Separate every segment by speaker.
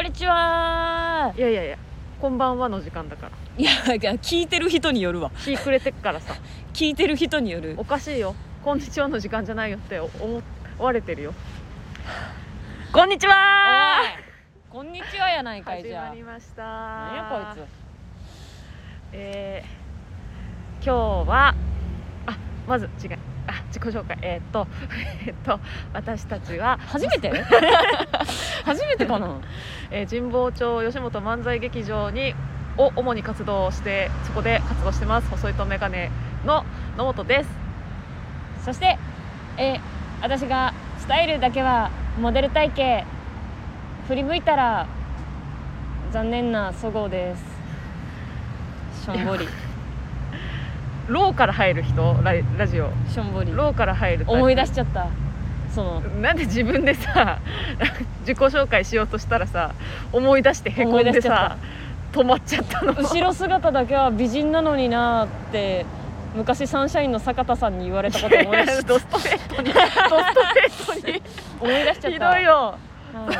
Speaker 1: んにちはい
Speaker 2: やいやいやこんばんはの時間だから
Speaker 1: いや聞いてる人によるわ
Speaker 2: 日暮れてっか らさ
Speaker 1: 聞いてる人による
Speaker 2: おかしいよこんにちはの時間じゃないよって思われてるよ
Speaker 1: こんにちは
Speaker 2: おい
Speaker 1: こんにちはやないかい
Speaker 2: 始
Speaker 1: じゃ
Speaker 2: ま
Speaker 1: あ
Speaker 2: りました
Speaker 1: 何やこい
Speaker 2: えー今日はあまず違うあ自己紹介えーっと えーっと私たちは
Speaker 1: つ、 初めて初めてかな
Speaker 2: えー神保町吉本漫才劇場にを主に活動してそこで活動してます細いとメガネの野本です
Speaker 1: そしてえー私がスタイルだけはモデル体型振り向いたら残念なそごうですしょんぼり
Speaker 2: ローから入る人ララジオ
Speaker 1: しょんぼり
Speaker 2: ローから入るタイプ
Speaker 1: 思い出しちゃったその
Speaker 2: なんで自分でさ自己紹介しようとしたらさ思い出してへこん
Speaker 1: 思い出
Speaker 2: で
Speaker 1: しちゃ
Speaker 2: さ止まっちゃったの
Speaker 1: 後ろ姿だけは美人なのになーって昔サンシャインの坂田さんに言われたこと思い出 し
Speaker 2: ドストレートにドストレートに
Speaker 1: 思い出しちゃった
Speaker 2: ひどいよ
Speaker 1: はい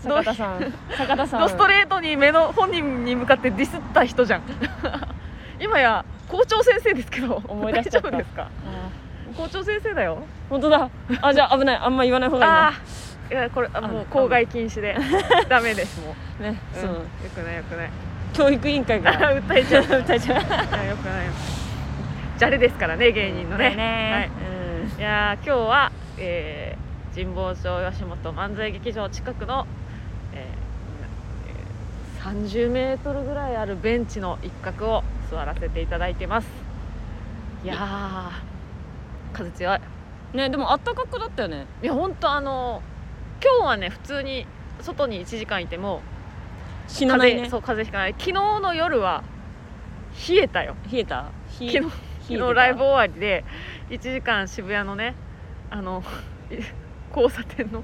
Speaker 2: 坂
Speaker 1: 坂田
Speaker 2: 田さん
Speaker 1: さん坂田さん
Speaker 2: ドストレートに目の本人に向かってディスった人じゃん今や校長先生ですけど
Speaker 1: 思い出しちゃった
Speaker 2: 大丈夫ですか
Speaker 1: あ
Speaker 2: 校長先生だ
Speaker 1: ー
Speaker 2: よ
Speaker 1: 本当だあじゃあ危ないあんま言わない方がいいな
Speaker 2: ああいやこれあも
Speaker 1: あ
Speaker 2: う公害禁止でダメですもう,、
Speaker 1: ね、
Speaker 2: うん、
Speaker 1: そ
Speaker 2: よ
Speaker 1: の
Speaker 2: くないよくない
Speaker 1: 教育委員会
Speaker 2: あ
Speaker 1: が
Speaker 2: 訴えちゃう
Speaker 1: 歌いちゃう
Speaker 2: いやよくないよじゃれですからね芸人のね
Speaker 1: ね、うん
Speaker 2: はい、いやー今日は、えー神保町吉本漫才劇場近くの、えーえー30メートルぐらいあるベンチの一角を座らせていただいてますいやー風強い
Speaker 1: ねでもあったかくだったよね
Speaker 2: いや本当あの今日はね普通に外に1時間いても
Speaker 1: 死なないね
Speaker 2: 風そう風邪ひかない昨日の夜は冷えたよ
Speaker 1: 冷えた冷え
Speaker 2: 昨日
Speaker 1: 冷えて
Speaker 2: 昨
Speaker 1: た
Speaker 2: 日ライブ終わりで1時間渋谷のねあの交差点の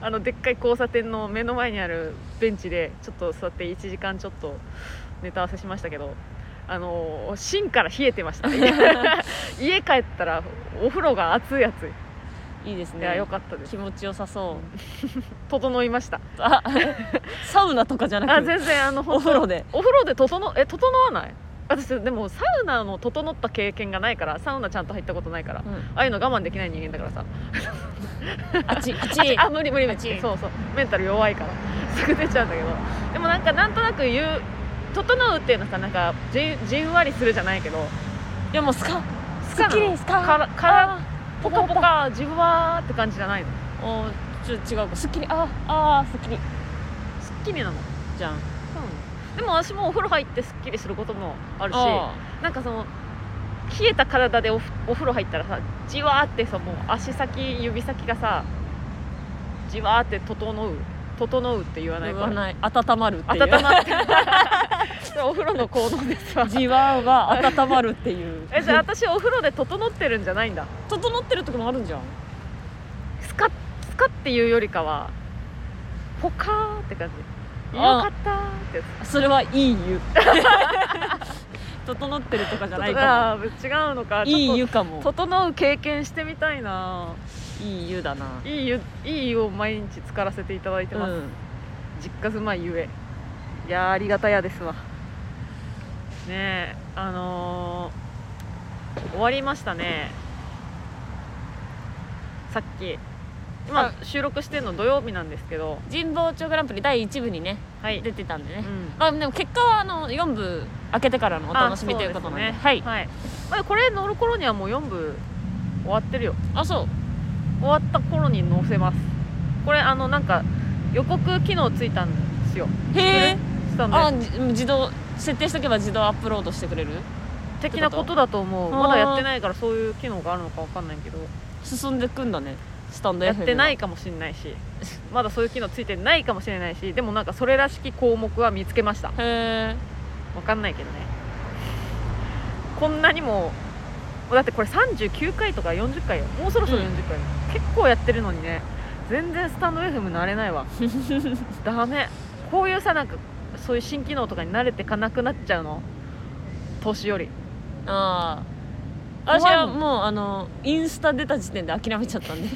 Speaker 2: あのでっかい交差点の目の前にあるベンチでちょっと座って1時間ちょっとネタ合わせしましたけどあの芯から冷えてました家帰ったらお風呂が熱い熱い
Speaker 1: いいです
Speaker 2: いや
Speaker 1: ね
Speaker 2: 良かったです
Speaker 1: 気持ちよさそう
Speaker 2: 整いました
Speaker 1: あサウナとかじゃな
Speaker 2: あ
Speaker 1: くて
Speaker 2: 全然あの
Speaker 1: お風呂で
Speaker 2: お風呂で整え整わない私でもサウナの整った経験がないからサウナちゃんと入ったことないから
Speaker 1: うん
Speaker 2: ああいうの我慢できない人間だからさ
Speaker 1: あっちあっ
Speaker 2: あ
Speaker 1: ち
Speaker 2: あ無理無理無
Speaker 1: あっち
Speaker 2: 理そうそうメンタル弱いから すぐ出ちゃうんだけどでもなんかなんとなく言う整うっていうのさなんかじんじんわりするじゃないけど
Speaker 1: いやもうスカ
Speaker 2: ス
Speaker 1: ス
Speaker 2: カ
Speaker 1: ッ
Speaker 2: な
Speaker 1: キリスカ
Speaker 2: からから
Speaker 1: あ
Speaker 2: ポカポカじわーって感じじゃないの
Speaker 1: ーおーちょっと違うかスッキリあーあースッキリ
Speaker 2: すっきりなの
Speaker 1: じゃん
Speaker 2: うんでも私もお風呂入ってすっきりすることもあるし
Speaker 1: あ
Speaker 2: なんかその冷えた体でおふお風呂入ったらさじわーってさもう足先指先がさじわーって整う整うって言わ
Speaker 1: ー
Speaker 2: ない
Speaker 1: 言
Speaker 2: か
Speaker 1: わ
Speaker 2: ら
Speaker 1: ない温まるっていう
Speaker 2: 温まって お風呂の効能で すわ
Speaker 1: じわは温まるって いう
Speaker 2: えじゃあ私お風呂で整ってるんじゃないんだ
Speaker 1: 整ってるとこもあるんじゃん
Speaker 2: スカッスカっていうよりかはポカーって感じよ
Speaker 1: あ
Speaker 2: かったーってやつ
Speaker 1: それはいい湯 整ってるとかじゃないか
Speaker 2: あー違うの
Speaker 1: も
Speaker 2: か
Speaker 1: いい
Speaker 2: ちょっ
Speaker 1: 湯かも
Speaker 2: と整う経験してみたいない
Speaker 1: い湯だない
Speaker 2: い湯いい湯を毎日浸からせていただいて
Speaker 1: う
Speaker 2: ます、
Speaker 1: ん
Speaker 2: 実家住まいゆえいやーありがたやですわねえあのー終わりましたねさっき今収録してるの土曜日なんですけど
Speaker 1: 神保町グランプリ第1部にね
Speaker 2: はい、
Speaker 1: 出てたんで
Speaker 2: う
Speaker 1: ね、
Speaker 2: ん
Speaker 1: まあでも結果はあの4部開けてからのお楽しみ
Speaker 2: あ
Speaker 1: ということなんで
Speaker 2: そうすね
Speaker 1: はい
Speaker 2: はい、まあ、これ乗る頃にはもう4部終わってるよ
Speaker 1: あそう
Speaker 2: 終わった頃に載せますこれあのなんか予告機能ついたんですよ
Speaker 1: へえ
Speaker 2: したんで
Speaker 1: あじ自動設定しとけば自動アップロードしてくれる
Speaker 2: 的なことだと思う
Speaker 1: あー
Speaker 2: まだやってないからそういう機能があるのかわかんないけど
Speaker 1: 進んでくんだねスタンド FM
Speaker 2: やってないいかもしれないし まだそういう機能ついてないかもしれないしでもなんかそれらしき項目は見つけました
Speaker 1: へえ
Speaker 2: わかんないけどねこんなにもだってこれ39回とか40回よもうそろそろ40回よ、結構やってるのにね全然スタンド FM 慣れな いわダメこういうさなんかそういう新機能とかに慣れてかなくなっちゃうの年より
Speaker 1: ああ
Speaker 2: 怖い
Speaker 1: 私は
Speaker 2: も ん
Speaker 1: もうあのインスタ出た時点で諦めちゃったんで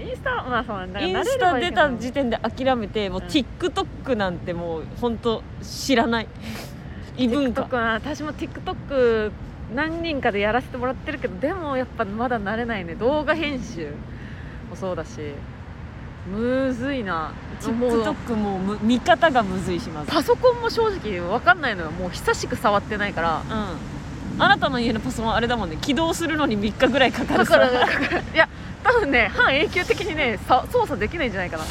Speaker 2: インスタまあそうなんだ
Speaker 1: インスタ出た時点で諦めてもう TikTok なんてもう本当知ら ない異文化
Speaker 2: TikTok は私も TikTok 何人かでやらせてもらってるけどでもやっぱまだ慣れないね動画編集もそうだしむずいなもう
Speaker 1: TikTok もうむ見方がむずいしまず
Speaker 2: パソコンも正直分かんないのよもう久しく触ってないから
Speaker 1: うんあなたの家のパソコンあれだもんね起動するのに3日ぐらいかか
Speaker 2: だ
Speaker 1: る
Speaker 2: か
Speaker 1: からら
Speaker 2: だからいや多分ね半永久的にねさ操作できないんじゃないかな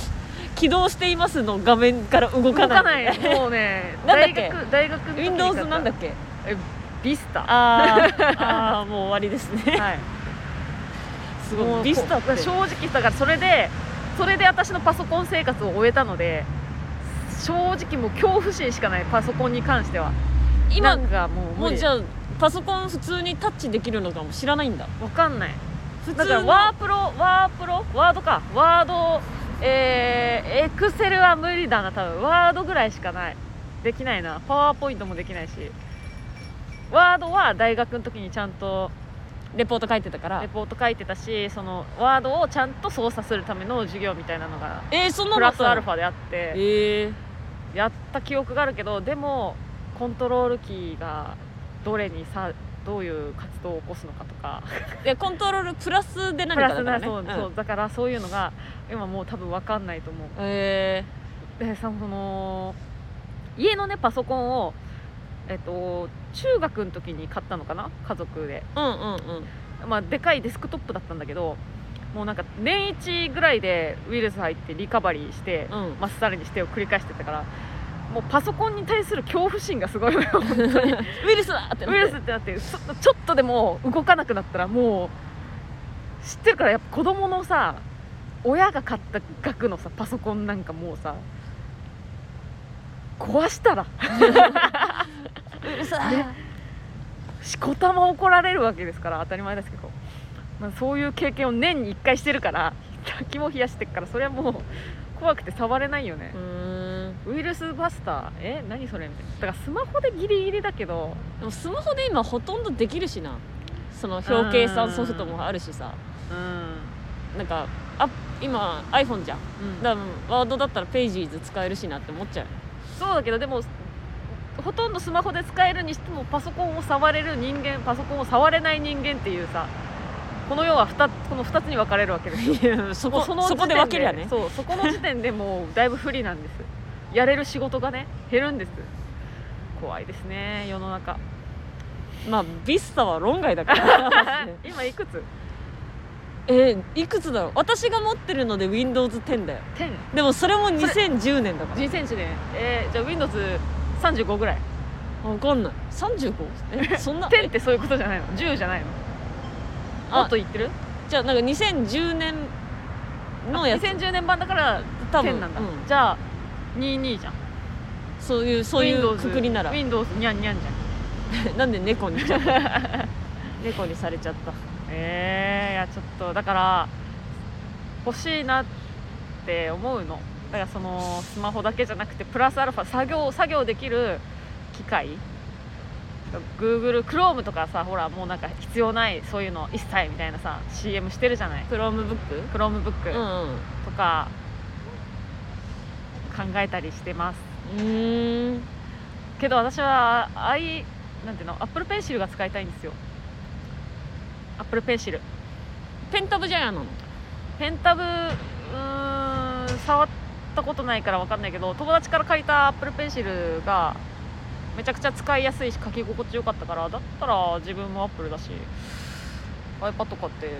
Speaker 1: 起動していますの画面から動
Speaker 2: 動
Speaker 1: かない
Speaker 2: もうね
Speaker 1: なんだっけ
Speaker 2: 大学大学の時に買った
Speaker 1: Windows なんだっけ
Speaker 2: ビスタ
Speaker 1: あーあー もう終わりですね
Speaker 2: はい
Speaker 1: す
Speaker 2: も
Speaker 1: ご
Speaker 2: う
Speaker 1: いビスタっ
Speaker 2: こ
Speaker 1: て
Speaker 2: う正直だからそれでそれで私のパソコン生活を終えたので正直もう恐怖心しかないパソコンに関しては
Speaker 1: 今
Speaker 2: なんかもう
Speaker 1: も
Speaker 2: 無
Speaker 1: う
Speaker 2: 理
Speaker 1: じゃあパソコン普通にタッチできるのかも知らないんだ
Speaker 2: わかんない
Speaker 1: 普通
Speaker 2: だから
Speaker 1: の
Speaker 2: ワープロワープロワードかワードえーエクセルは無理だな多分ワードぐらいしかないできないなパワーポイントもできないしワードは大学の時にちゃんと
Speaker 1: レポート書いてたから
Speaker 2: レポート書いてたしそのワードをちゃんと操作するための授業みたいなのが
Speaker 1: えー、そんな
Speaker 2: プ
Speaker 1: のあ
Speaker 2: ラ
Speaker 1: った
Speaker 2: スアルファであって
Speaker 1: え
Speaker 2: やった記憶があるけどでもコントロールキーがどれにさどういう活動を起こすのかとか
Speaker 1: ー、でコントロールプラスで何
Speaker 2: プ
Speaker 1: かだ
Speaker 2: ラ
Speaker 1: か
Speaker 2: ス
Speaker 1: ら
Speaker 2: な
Speaker 1: ね
Speaker 2: そう,、そうだからそういうのが今もう多分分かんないと思う
Speaker 1: え
Speaker 2: でさその家のねパソコンをえっと中学の時に買ったのかな家族で
Speaker 1: ー、うんうんうん
Speaker 2: まあでかいデスクトップだったんだけどもうなんか年1ぐらいでウイルス入ってリカバリーして、
Speaker 1: うん
Speaker 2: まっさらにしてを繰り返してたからもうパソコンに対する恐怖心がすごいのよ本当に
Speaker 1: ウイルスだってなって
Speaker 2: ウイルスってなってそちょっとでも動かなくなったらもう知ってるからやっぱ子供のさ親が買った額のさパソコンなんかもうさ壊したら
Speaker 1: ウイルスだー
Speaker 2: しこたま怒られるわけですから当たり前ですけど、まあ、そういう経験を年に1回してるから肝冷やしてるからそれはもう怖くて触れないよね
Speaker 1: う、ーん
Speaker 2: ウイルスバスターえ何それみたいなだからスマホでギリギリだけど
Speaker 1: でもスマホで今ほとんどできるしなその表計算ソフトもあるしさ
Speaker 2: うん
Speaker 1: なんかあ今 iPhone じゃんだからワードだったらページーズ使えるしなって思っちゃう
Speaker 2: そうだけどでもほとんどスマホで使えるにしてもパソコンを触れる人間パソコンを触れない人間っていうさこの世は2この2つに分かれるわけですよ
Speaker 1: いやそ
Speaker 2: も
Speaker 1: こ
Speaker 2: う
Speaker 1: そ
Speaker 2: の時
Speaker 1: こ
Speaker 2: 点
Speaker 1: で分けりゃね
Speaker 2: そうそこの時点でもうだいぶ不利なんですやれる仕事がね減るんです怖いですね世の中
Speaker 1: まあビスタは論外だから
Speaker 2: 今いくつ
Speaker 1: えーいくつだろう私が持ってるので Windows10 だよ
Speaker 2: ?10
Speaker 1: でもそれも2010年だから
Speaker 2: 人選手ねえーじゃあ Windows35 ぐらい
Speaker 1: わかんない 35? えそんな
Speaker 2: 10ってそういうことじゃないの10じゃないのも
Speaker 1: あ
Speaker 2: っと言ってる
Speaker 1: じゃあなんか2010年のやつ
Speaker 2: 2010年版だから
Speaker 1: 多分
Speaker 2: 10なんだ、
Speaker 1: うん
Speaker 2: じゃあ22じゃん
Speaker 1: そういうそういうくくりなら
Speaker 2: Windows にゃんにゃんじゃ ん
Speaker 1: なんで猫に 猫にされちゃった
Speaker 2: えー、いやちょっとだから欲しいなって思うのだからそのスマホだけじゃなくてプラスアルファ作業作業できる機械 Google Chrome とかさほらもうなんか必要ないそういうの一切みたいなさ CM してるじゃない
Speaker 1: クロームブック
Speaker 2: Chromebook
Speaker 1: うん
Speaker 2: とか考えたりしてます
Speaker 1: うんうーん
Speaker 2: けど私はああいなんていうのアップルペンシルが使いたいんですよアップルペンシル
Speaker 1: ペンタブジャイアンなの
Speaker 2: ペンタブうーん触ったことないから分かんないけど友達から借りたアップルペンシルがめちゃくちゃ使いやすいし書き心地よかったからだったら自分もアップルだし iPad とかってね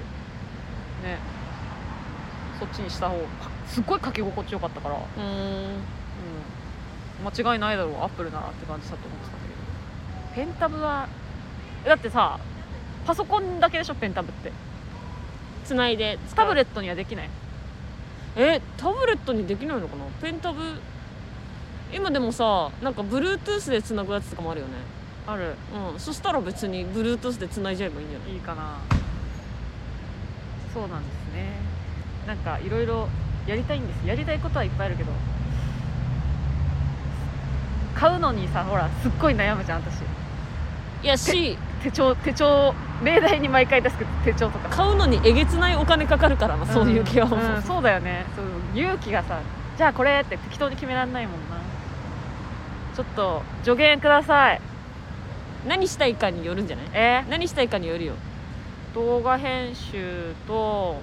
Speaker 2: そっちにした方がすっごい書き心地よかったから、
Speaker 1: うーん
Speaker 2: うん、間違いないだろうアップルならって感じだと思ってたんだけどペンタブはだってさパソコンだけでしょペンタブって
Speaker 1: つないで使
Speaker 2: タ
Speaker 1: う
Speaker 2: ブレットにはできない
Speaker 1: えタブレットにできないのかなペンタブ今でもさなんか Bluetooth でつなぐやつとかもあるよね
Speaker 2: ある
Speaker 1: うんそしたら別に Bluetooth でつないじゃえばいいんじゃない
Speaker 2: いいかなそうなんですねなんかいろいろやりたいんですやりたいことはいっぱいあるけど買うのにさほらすっごい悩むじゃん私
Speaker 1: いやし
Speaker 2: 手帳手帳例題に毎回出すけど手帳とか
Speaker 1: 買うのにえげつないお金かかるからな、そういう気はもう、
Speaker 2: んんそうだよねそう勇気がさじゃあこれって適当に決められないもんなちょっと助言ください
Speaker 1: 何したいかによるんじゃない
Speaker 2: え
Speaker 1: 何したいかによるよ
Speaker 2: 動画編集と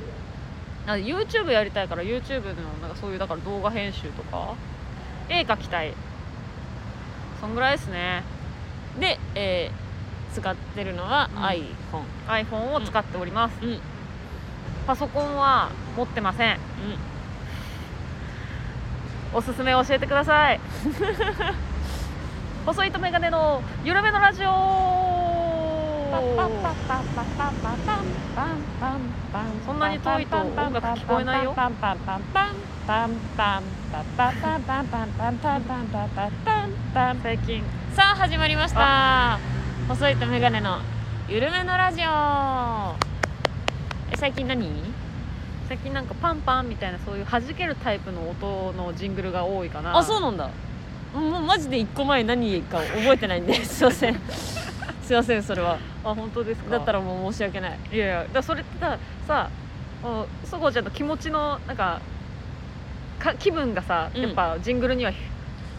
Speaker 2: なんか YouTube やりたいから YouTube のなんかそういうだから動画編集とか絵描きたいそんぐらいですね
Speaker 1: で、えー使ってるのは
Speaker 2: うん
Speaker 1: iPhone、
Speaker 2: iPhone を使っております、
Speaker 1: うんうん
Speaker 2: パソコンは持ってませんおすすめ教えてくだ さい細いとメガネの緩めのラジオそんなに遠いと音楽聞こえないよ最近
Speaker 1: さあ始まりました細いとメガネのゆるめのラジオえ最近何
Speaker 2: 最近なんかパンパンみたいなそういう弾けるタイプの音のジングルが多いかな
Speaker 1: あそうなんだもうマジで一個前何か覚えてないんですいませんすいませんそれは
Speaker 2: あ本当ですか
Speaker 1: だった
Speaker 2: ら
Speaker 1: らもう申し訳ない
Speaker 2: いやいやだからそれってささあそごちゃんの気持ちのなんかか気分がさ
Speaker 1: うん
Speaker 2: やっぱジングルには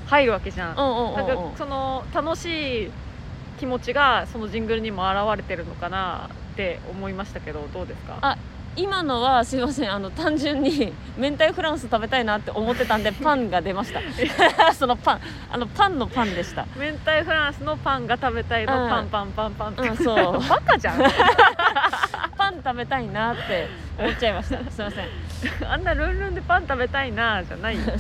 Speaker 2: 入るわけじゃ
Speaker 1: う
Speaker 2: ん、
Speaker 1: んうんうん
Speaker 2: な
Speaker 1: うん
Speaker 2: んかその楽しい気持ちがそのジングルにも表れてるのかなって思いましたけどどうですか
Speaker 1: あ今のはすいませんあの単純に明太フランス食べたいなって思ってたんでパンが出ましたそのパンあのパンのパンでした
Speaker 2: 明太フランスのパンが食べたいの、
Speaker 1: うん
Speaker 2: パンパンパンパンって、
Speaker 1: うんそう
Speaker 2: バカじゃん
Speaker 1: パン食べたいなって思っちゃいましたすいません
Speaker 2: あんなルンルンでパン食べたいなじゃないよ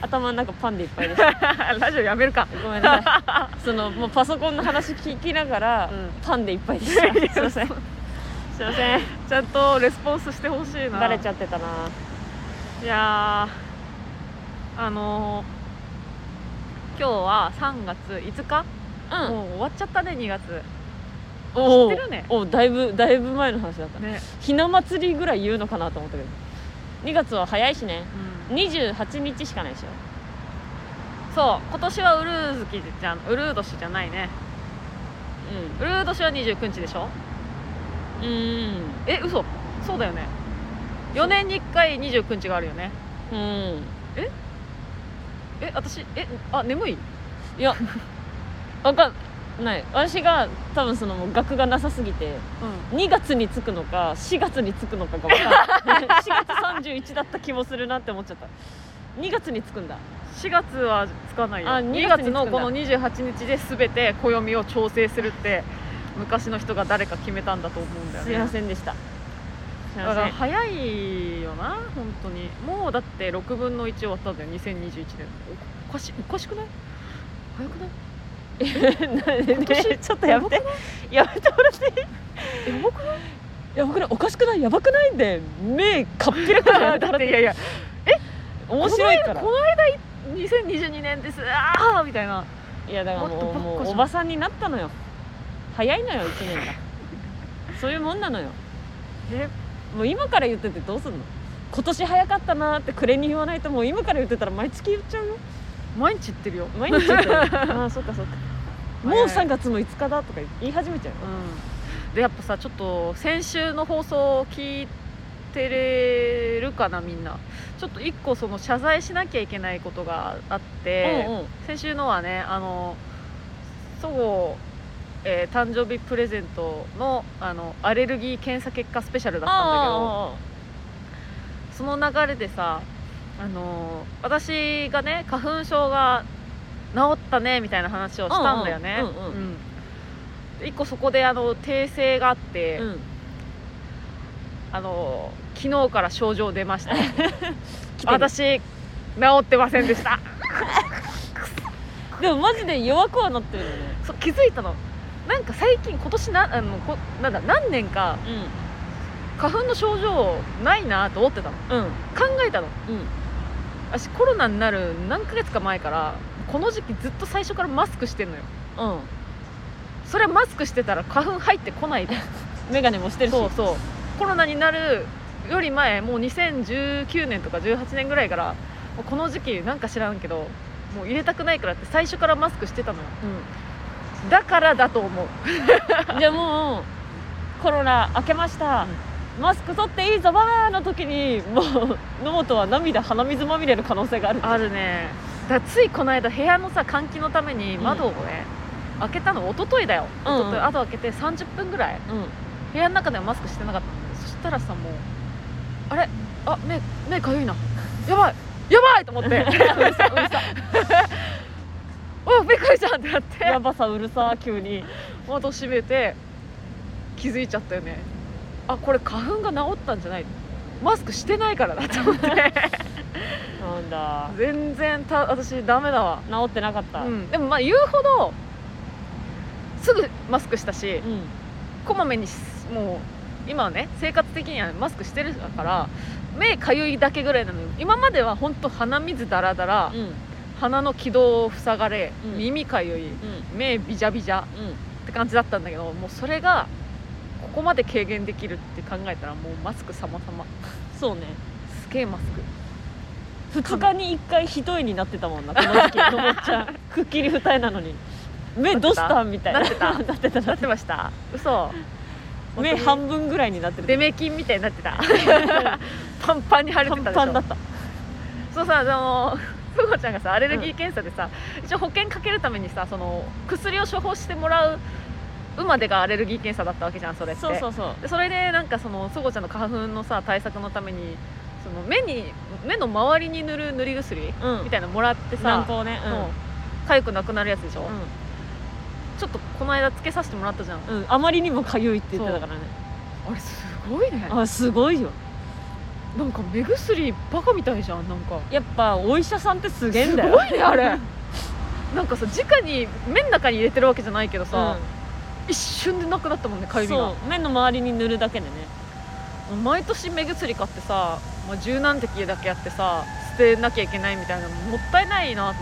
Speaker 1: 頭の中パンでいっぱいでした
Speaker 2: ラジオやめるか
Speaker 1: ごめんなさいそのもうパソコンの話聞きながら、
Speaker 2: うん
Speaker 1: パンでいっぱいでしたすいませんすいません
Speaker 2: ちゃんとレスポンスしてほしいな
Speaker 1: バレちゃってたない
Speaker 2: やーあのー今日は3月5日、
Speaker 1: うん
Speaker 2: もう終わっちゃったね2月
Speaker 1: おお
Speaker 2: 知ってるね
Speaker 1: おだいぶだいぶ前の話だった
Speaker 2: ね、
Speaker 1: ひな祭りぐらい言うのかなと思ったけど2月は早いしね
Speaker 2: うん
Speaker 1: 28日しかないでしょ
Speaker 2: そう今年はウルー月じゃんウルー年じゃないねウルー年は29日でしょ
Speaker 1: うんうん
Speaker 2: え嘘そうだよね4年に1回29日があるよね
Speaker 1: うん
Speaker 2: え私えあ眠い
Speaker 1: いやわかんない私が多分そのもう額がなさすぎて
Speaker 2: う
Speaker 1: 2月につくのか4月につくのかが分かんない4月31だった気もするなって思っちゃった2月につくんだ
Speaker 2: 4月はつかないよ
Speaker 1: あ
Speaker 2: 2
Speaker 1: 2
Speaker 2: 月
Speaker 1: 月
Speaker 2: の
Speaker 1: につくんだ
Speaker 2: この28日で全て暦を調整するって昔の人が誰か決めたんだと思うんだよ
Speaker 1: す
Speaker 2: ね
Speaker 1: いませんでしたすい
Speaker 2: だ
Speaker 1: ま
Speaker 2: か
Speaker 1: せ
Speaker 2: ら
Speaker 1: ん
Speaker 2: 早いよな本当にもうだって6分の1終わったんだよ2021年おかしおかしくない早くない今年
Speaker 1: ちょっとやめてやめてもらっていい
Speaker 2: え重くない
Speaker 1: やばくないおかしくないやばくないで目かっぴらかじゃ ない
Speaker 2: だっていやいや
Speaker 1: 面白いから
Speaker 2: この間この間2022年ですああみたいない
Speaker 1: やだからも
Speaker 2: もっ
Speaker 1: う
Speaker 2: とばっ
Speaker 1: も
Speaker 2: こ
Speaker 1: う
Speaker 2: じゃ
Speaker 1: お
Speaker 2: ん
Speaker 1: ばさんになったのよ早いのよ1年がそういうもんなのよ
Speaker 2: え
Speaker 1: もう今から言っててどうすんの今年早かったなーって暮れに言わないともう今から言ってたら毎月言っちゃうよ
Speaker 2: 毎日言ってるよ
Speaker 1: 毎日言ってる ああそっかそっかもう3月の5日だとか言い始めちゃうよ
Speaker 2: うんでやっぱさちょっと先週の放送を聞いてれるかなみんなちょっと一個その謝罪しなきゃいけないことがあって、
Speaker 1: うんうん
Speaker 2: 先週のはねあのそごう、えー誕生日プレゼントのあのアレルギー検査結果スペシャルだったんだけど
Speaker 1: あ
Speaker 2: その流れでさあのー私がね花粉症が治ったねみたいな話をしたんだよね、
Speaker 1: うんうんうんうん
Speaker 2: うん一個そこであの訂正があって、
Speaker 1: ーうん
Speaker 2: あのー昨日から症状出まし た
Speaker 1: 来てる
Speaker 2: 私治ってませんでした
Speaker 1: でもマジで弱くはなってるよね
Speaker 2: そう気づいたのなんか最近今年なあのこなんだ何年か花粉の症状ないなと思ってたの
Speaker 1: うんうん
Speaker 2: 考えたの
Speaker 1: うん
Speaker 2: 私コロナになる何ヶ月か前からこの時期ずっと最初からマスクしてんのよ
Speaker 1: うん
Speaker 2: それはマスクしてたら花粉入って こないで
Speaker 1: 眼鏡もしてるし
Speaker 2: そうそうコロナになるより前もう2019年とか18年ぐらいからもうこの時期なんか知らんけどもう入れたくないからって最初からマスクしてたのよ
Speaker 1: うん
Speaker 2: だからだと思う
Speaker 1: じゃあもうコロナ明けました、マスク取っていいぞバーの時にもう野本は涙鼻水まみれの可能性がある
Speaker 2: あるねだついこの間部屋のさ換気のために窓をね、開けたの一昨日だよ一
Speaker 1: うんうん
Speaker 2: 昨日、後開けて30分ぐらい
Speaker 1: うん
Speaker 2: 部屋の中ではマスクしてなかったのそしたらさもうあれあ目目かゆいなやばいやばいと思 ってお目かゆいじゃんってなって
Speaker 1: やばさうるさ急に
Speaker 2: 窓閉めて気づいちゃったよねあこれ花粉が治ったんじゃないマスクしてないからだと思って
Speaker 1: なんだ
Speaker 2: 全然た私ダメだわ
Speaker 1: 治ってなかった
Speaker 2: う、ん、でもまあ言うほどすぐマスクしたし
Speaker 1: うん
Speaker 2: こまめにしもう今はね生活的にはマスクしてるから目かゆいだけぐらいなのよ今までは本当鼻水だらだら
Speaker 1: うんうん
Speaker 2: 鼻の気道を塞がれ、
Speaker 1: うん
Speaker 2: 耳かゆい目ビジャビジャって感じだったんだけどもうそれがここまで軽減できるって考えたらもうマスク様々
Speaker 1: そうね
Speaker 2: すげえマスク
Speaker 1: 2日に1回一重になってたもんなこの 時期のぼっちゃんくっきり二重なのに目どうしたみたいな
Speaker 2: なってた
Speaker 1: なってたな
Speaker 2: なってました嘘
Speaker 1: 目半分ぐらいになってる
Speaker 2: デメキンみたいになっ てたパンパンに腫れてたでし
Speaker 1: パ
Speaker 2: ょ
Speaker 1: ンパンだっ
Speaker 2: そうさあの ふごちゃんがさアレルギー検査でさ、一応保険かけるためにさその薬を処方してもらうまでがアレルギー検査だったわけじゃんそれ
Speaker 1: た
Speaker 2: って
Speaker 1: そうそうそう
Speaker 2: でそれでなんかそのそごちゃんの花粉のさ対策のためにその目に目の周りに塗る塗り薬
Speaker 1: うん
Speaker 2: みたいなのもらって
Speaker 1: 軟
Speaker 2: さ、
Speaker 1: 膏ねうん
Speaker 2: そう痒くなくなるやつでしょ、
Speaker 1: うん
Speaker 2: ちょっとこの間つけさせてもらったじゃん
Speaker 1: うん、あまりにもかゆいって言ってたからね
Speaker 2: あれすごいね
Speaker 1: あすごいよ
Speaker 2: なんか目薬バカみたいじゃんなんか
Speaker 1: やっぱお医者さんってすげえんだよ
Speaker 2: すごいねあれ なんかさ直に目の中に入れてるわけじゃないけどさ、一瞬でなくなったもんね
Speaker 1: う
Speaker 2: か
Speaker 1: ん、
Speaker 2: ゆみが
Speaker 1: そう目の周りに塗るだけでね
Speaker 2: 毎年目薬買ってさ、まあ、柔軟滴だけやってさ捨てなきゃいけないみたいなのもったいないなと思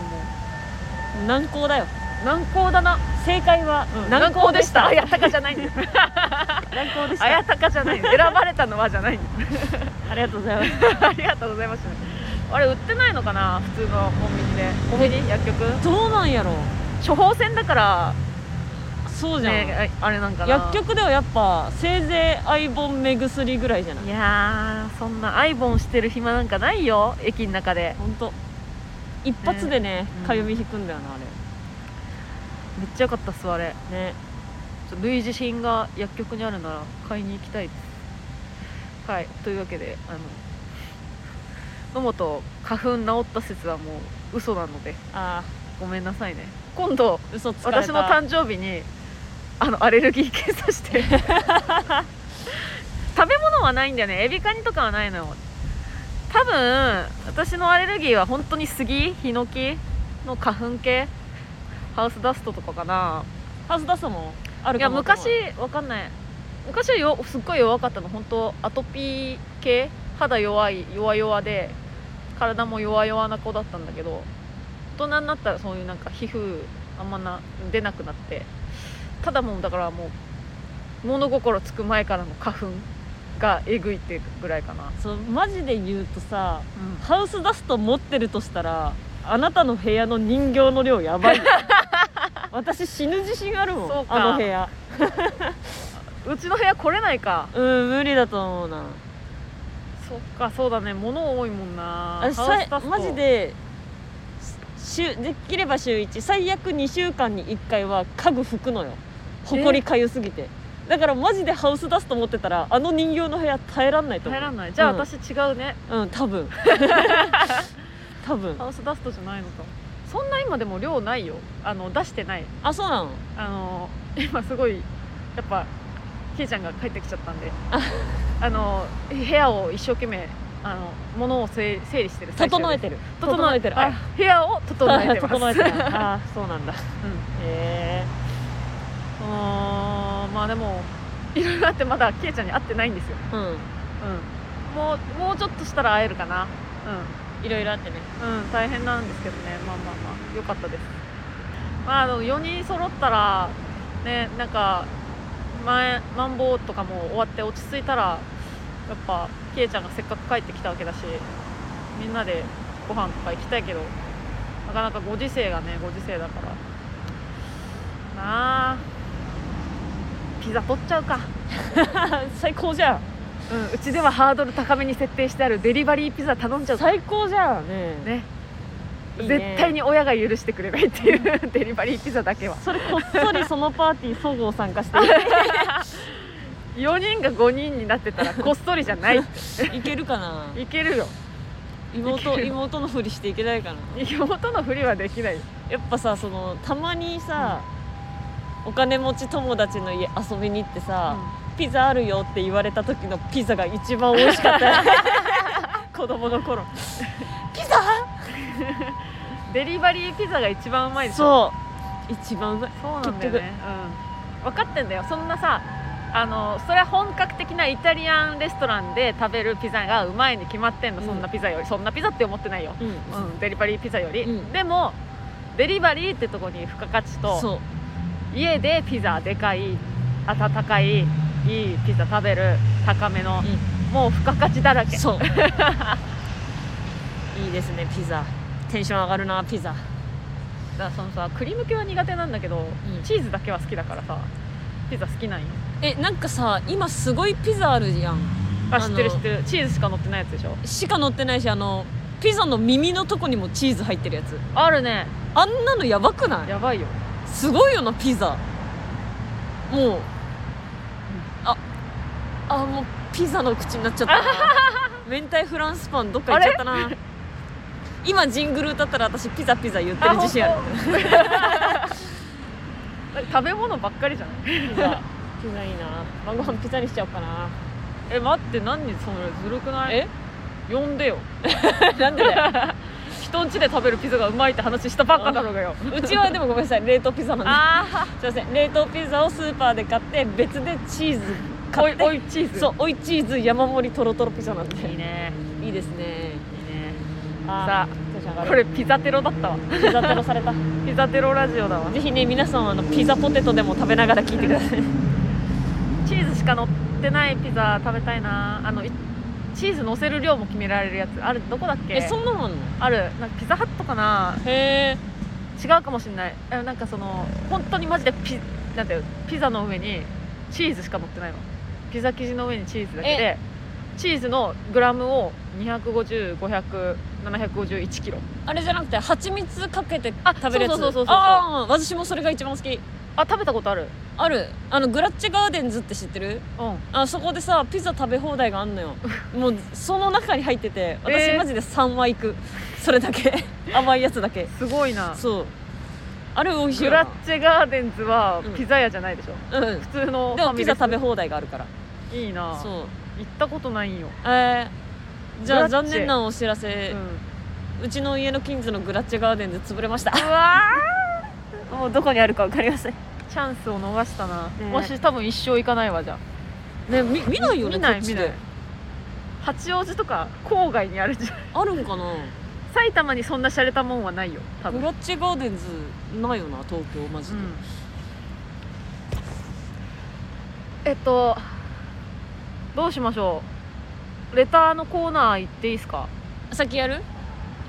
Speaker 2: う
Speaker 1: 軟膏だよ
Speaker 2: 難航だな
Speaker 1: 正解は
Speaker 2: 難
Speaker 1: 軟
Speaker 2: 航
Speaker 1: 膏
Speaker 2: で
Speaker 1: で
Speaker 2: し
Speaker 1: したた
Speaker 2: あやたかじゃな いんだよ
Speaker 1: 軟 膏でした
Speaker 2: あ
Speaker 1: あ
Speaker 2: やたかじゃないんだよ選ばれたのはじ ゃないんだよ
Speaker 1: りがとうございます
Speaker 2: ありがとうございましたあれ売ってないのかな普通のコンビニでコンビニ薬局
Speaker 1: どうなんやろ
Speaker 2: 処方箋だから
Speaker 1: そうじゃん、
Speaker 2: ねああれなんかな
Speaker 1: 薬局ではやっぱせいぜいアイボン目薬ぐらいじゃない
Speaker 2: いやーそんなアイボンしてる暇なんかないよ駅の中で
Speaker 1: ほんと一発でね
Speaker 2: うん
Speaker 1: かゆみ引くんだよなあれ
Speaker 2: めっちゃよかったっすあれ
Speaker 1: ね
Speaker 2: ちょ類似品が薬局にあるなら買いに行きたいですはいというわけであの野本花粉治った説はもう嘘なので
Speaker 1: あ
Speaker 2: ごめんなさいね今度
Speaker 1: ー嘘つかれた
Speaker 2: 私の誕生日にあのアレルギー検査し て食べ物はないんだよねエビカニとかはないのよ多分私のアレルギーは本当に杉ヒノキの花粉系ハウスダストとかかな
Speaker 1: ハウスダストもある
Speaker 2: い
Speaker 1: か
Speaker 2: や
Speaker 1: も
Speaker 2: 昔わかんない昔はよすっごい弱かったの本当アトピー系肌弱い弱々で体も弱々な子だったんだけど大人になったらそういうなんか皮膚あんまな出なくなってただもうだからもう物心つく前からの花粉がえぐいってぐらいかな、
Speaker 1: そうマジで言うとさハウスダスト持ってるとしたらあなたの部屋の人形の量やば いよ私死ぬ自信あるも
Speaker 2: そうんか
Speaker 1: あの部屋
Speaker 2: うちの部屋来れないか
Speaker 1: うん無理だと思うな
Speaker 2: そっかそうだね物多いもんな
Speaker 1: あ
Speaker 2: ハウスダ
Speaker 1: さ
Speaker 2: スト
Speaker 1: マジで週できれば週1最悪2週間に1回は家具拭くのよほこりかゆすぎてだからマジでハウスダスト持ってたらあの人形の部屋耐えらんないと思
Speaker 2: 耐
Speaker 1: う
Speaker 2: えらんないじゃあ、
Speaker 1: うん
Speaker 2: 私違うね
Speaker 1: うん多 分多分
Speaker 2: ハウスダストじゃないのかそんな今でも量ないよあの出してない
Speaker 1: あそうなの
Speaker 2: あの今すごいやっぱけいちゃんが帰ってきちゃったんであの部屋を一生懸命あの物を整整理してる最中
Speaker 1: 整えて
Speaker 2: です
Speaker 1: る
Speaker 2: 整
Speaker 1: 整
Speaker 2: え
Speaker 1: え
Speaker 2: て
Speaker 1: て
Speaker 2: る
Speaker 1: るあ
Speaker 2: 部屋を整えてます
Speaker 1: 整えて
Speaker 2: うん、う
Speaker 1: るあそうなんだへえ
Speaker 2: ーんまあでもいろいろあってまだけいちゃんに会ってないんですよ、
Speaker 1: うん
Speaker 2: うん、もうもうちょっとしたら会えるかなうん
Speaker 1: いろいろあってね
Speaker 2: うん、大変なんですけどね、まあまあまあ、良かったです。まあ、あの4人揃ったら、ね、なんか、前マンボウとかも終わって落ち着いたら、やっぱ、けいちゃんがせっかく帰ってきたわけだし、みんなでご飯とか行きたいけど、なかなかご時世がね、ご時世だから、なあピザ取っちゃうか
Speaker 1: 最高じゃん
Speaker 2: うんうちではハードル高めに設定してあるデリバリーピザ頼んじゃうか
Speaker 1: 最高じゃんね
Speaker 2: ね
Speaker 1: いいね
Speaker 2: 絶対に親が許してくれないっていうデリバリーピザだけは
Speaker 1: それこっそりそのパーティーそごう参加して
Speaker 2: 4人が5人になってたらこっそりじゃ ない
Speaker 1: いけるかない
Speaker 2: けるよい
Speaker 1: 妹
Speaker 2: ける
Speaker 1: 妹のふりしていけないかな
Speaker 2: 妹のふりはできないよ
Speaker 1: やっぱさそのたまにさ、お金持ち友達の家遊びに行ってさ、ピザあるよって言われた時のピザが一番美味しかった 子供の頃
Speaker 2: デリバリーピザが一番うまいでし
Speaker 1: そ
Speaker 2: ょ
Speaker 1: う一番うまい
Speaker 2: そうなんだよね、うん、分かってんだよそんなさあのそれは本格的なイタリアンレストランで食べるピザがうまいに決まってんの、
Speaker 1: うん
Speaker 2: そんなピザよりそんなピザって思ってないよ、
Speaker 1: うん、
Speaker 2: うん、デリバリーピザより、
Speaker 1: うん
Speaker 2: でもデリバリーってとこに付加価値と
Speaker 1: そう
Speaker 2: 家でピザでかい温かいいいピザ食べる高めの、もう付加価値だらけ
Speaker 1: そう いいですねピザテンション上がるなピザ
Speaker 2: だからそのさクリーム系は苦手なんだけど、
Speaker 1: ん
Speaker 2: チーズだけは好きだからさピザ好きなんよ
Speaker 1: えなんかさ今すごいピザあるやん
Speaker 2: あ
Speaker 1: あの
Speaker 2: 知ってる知ってるチーズしか乗ってないやつでしょ
Speaker 1: しか乗ってないしあのピザの耳のとこにもチーズ入ってるやつ
Speaker 2: あるね
Speaker 1: あんなのやばくない
Speaker 2: やばいよ
Speaker 1: すごいよなピザもうああもうピザの口になっちゃ ったな明太フランスパンどっか行っちゃったな今ジングル歌ったら私ピザピザ言ってる自信ある
Speaker 2: る食べ物ばっかりじゃない
Speaker 1: ピザピザいいな晩ご飯ピザにしちゃおうかな
Speaker 2: え待って何それずるくない
Speaker 1: え
Speaker 2: 呼んでよ
Speaker 1: なんでだよ
Speaker 2: 人ん家で食べるピザがうまいって話したばっかだろうがよ
Speaker 1: うちはでもごめんなさい冷凍ピザなん
Speaker 2: あ
Speaker 1: ですいません冷凍ピザをスーパーで買って別でチーズ
Speaker 2: あお
Speaker 1: 買
Speaker 2: い
Speaker 1: って
Speaker 2: おいチーズ
Speaker 1: そう追いチーズ山盛りとろとろピザなんで
Speaker 2: いいね
Speaker 1: いいですね
Speaker 2: いいね
Speaker 1: あーテンション上がる
Speaker 2: これピザテロだったわ
Speaker 1: ピザテロされた
Speaker 2: ピザテロラジオだわ
Speaker 1: ぜひね皆さんはあのピザポテトでも食べながら聞いてください
Speaker 2: チーズしか乗ってないピザ食べたいなあのいチーズ乗せる量も決められるやつあるどこだっけ
Speaker 1: えそんなもんあんの
Speaker 2: あるなんかピザハットかな
Speaker 1: へえ
Speaker 2: 違うかもしれないえなんかその本当にマジでピなんていうのピザの上にチーズしか乗ってないのピザ生地の上にチーズだけでチーズのグラムを250500751キロ
Speaker 1: あれじゃなくて蜂蜜かけて
Speaker 2: あ
Speaker 1: 食べるやつ
Speaker 2: そうそうそうそうそう
Speaker 1: ああ私もそれが一番好き
Speaker 2: あ食べたことある
Speaker 1: あるあのグラッチェガーデンズって知ってる
Speaker 2: うん
Speaker 1: あそこでさピザ食べ放題があんの よもうその中に入ってて私
Speaker 2: えー
Speaker 1: マジで3は行くそれだけ 甘いやつだけ
Speaker 2: すごいな
Speaker 1: そうあれ美味しい
Speaker 2: グ
Speaker 1: よな
Speaker 2: ラッチェガーデンズは
Speaker 1: うん
Speaker 2: ピザ屋じゃないでしょ、
Speaker 1: うん
Speaker 2: 普通の
Speaker 1: でもピザ
Speaker 2: ファ
Speaker 1: 食べ放題があるから
Speaker 2: ミレスいいな行
Speaker 1: そう
Speaker 2: ったことないんよ、
Speaker 1: えー、じゃあ
Speaker 2: グラッチ
Speaker 1: 残
Speaker 2: ェ
Speaker 1: 念なお知ら
Speaker 2: う
Speaker 1: せ、
Speaker 2: ん、
Speaker 1: うちの家の近所のグラッチェガーデンで潰れま した
Speaker 2: うわ
Speaker 1: もうどこにあるか分かりません
Speaker 2: ーチャンスを逃した
Speaker 1: ね
Speaker 2: な、私多分一生行かないわじゃあ
Speaker 1: ね見見ないよね
Speaker 2: 見な
Speaker 1: こ
Speaker 2: い
Speaker 1: っち
Speaker 2: 見ない
Speaker 1: で
Speaker 2: 八王子とか郊外にあるじゃん
Speaker 1: あるんかな
Speaker 2: 埼玉にそんな洒落たもんはないよ多
Speaker 1: グ
Speaker 2: 分、
Speaker 1: ラッチェガーデンズないよな東京マジ
Speaker 2: う
Speaker 1: で、
Speaker 2: んえっとどうしましょうレターのコーナー行っていいですか
Speaker 1: 先やる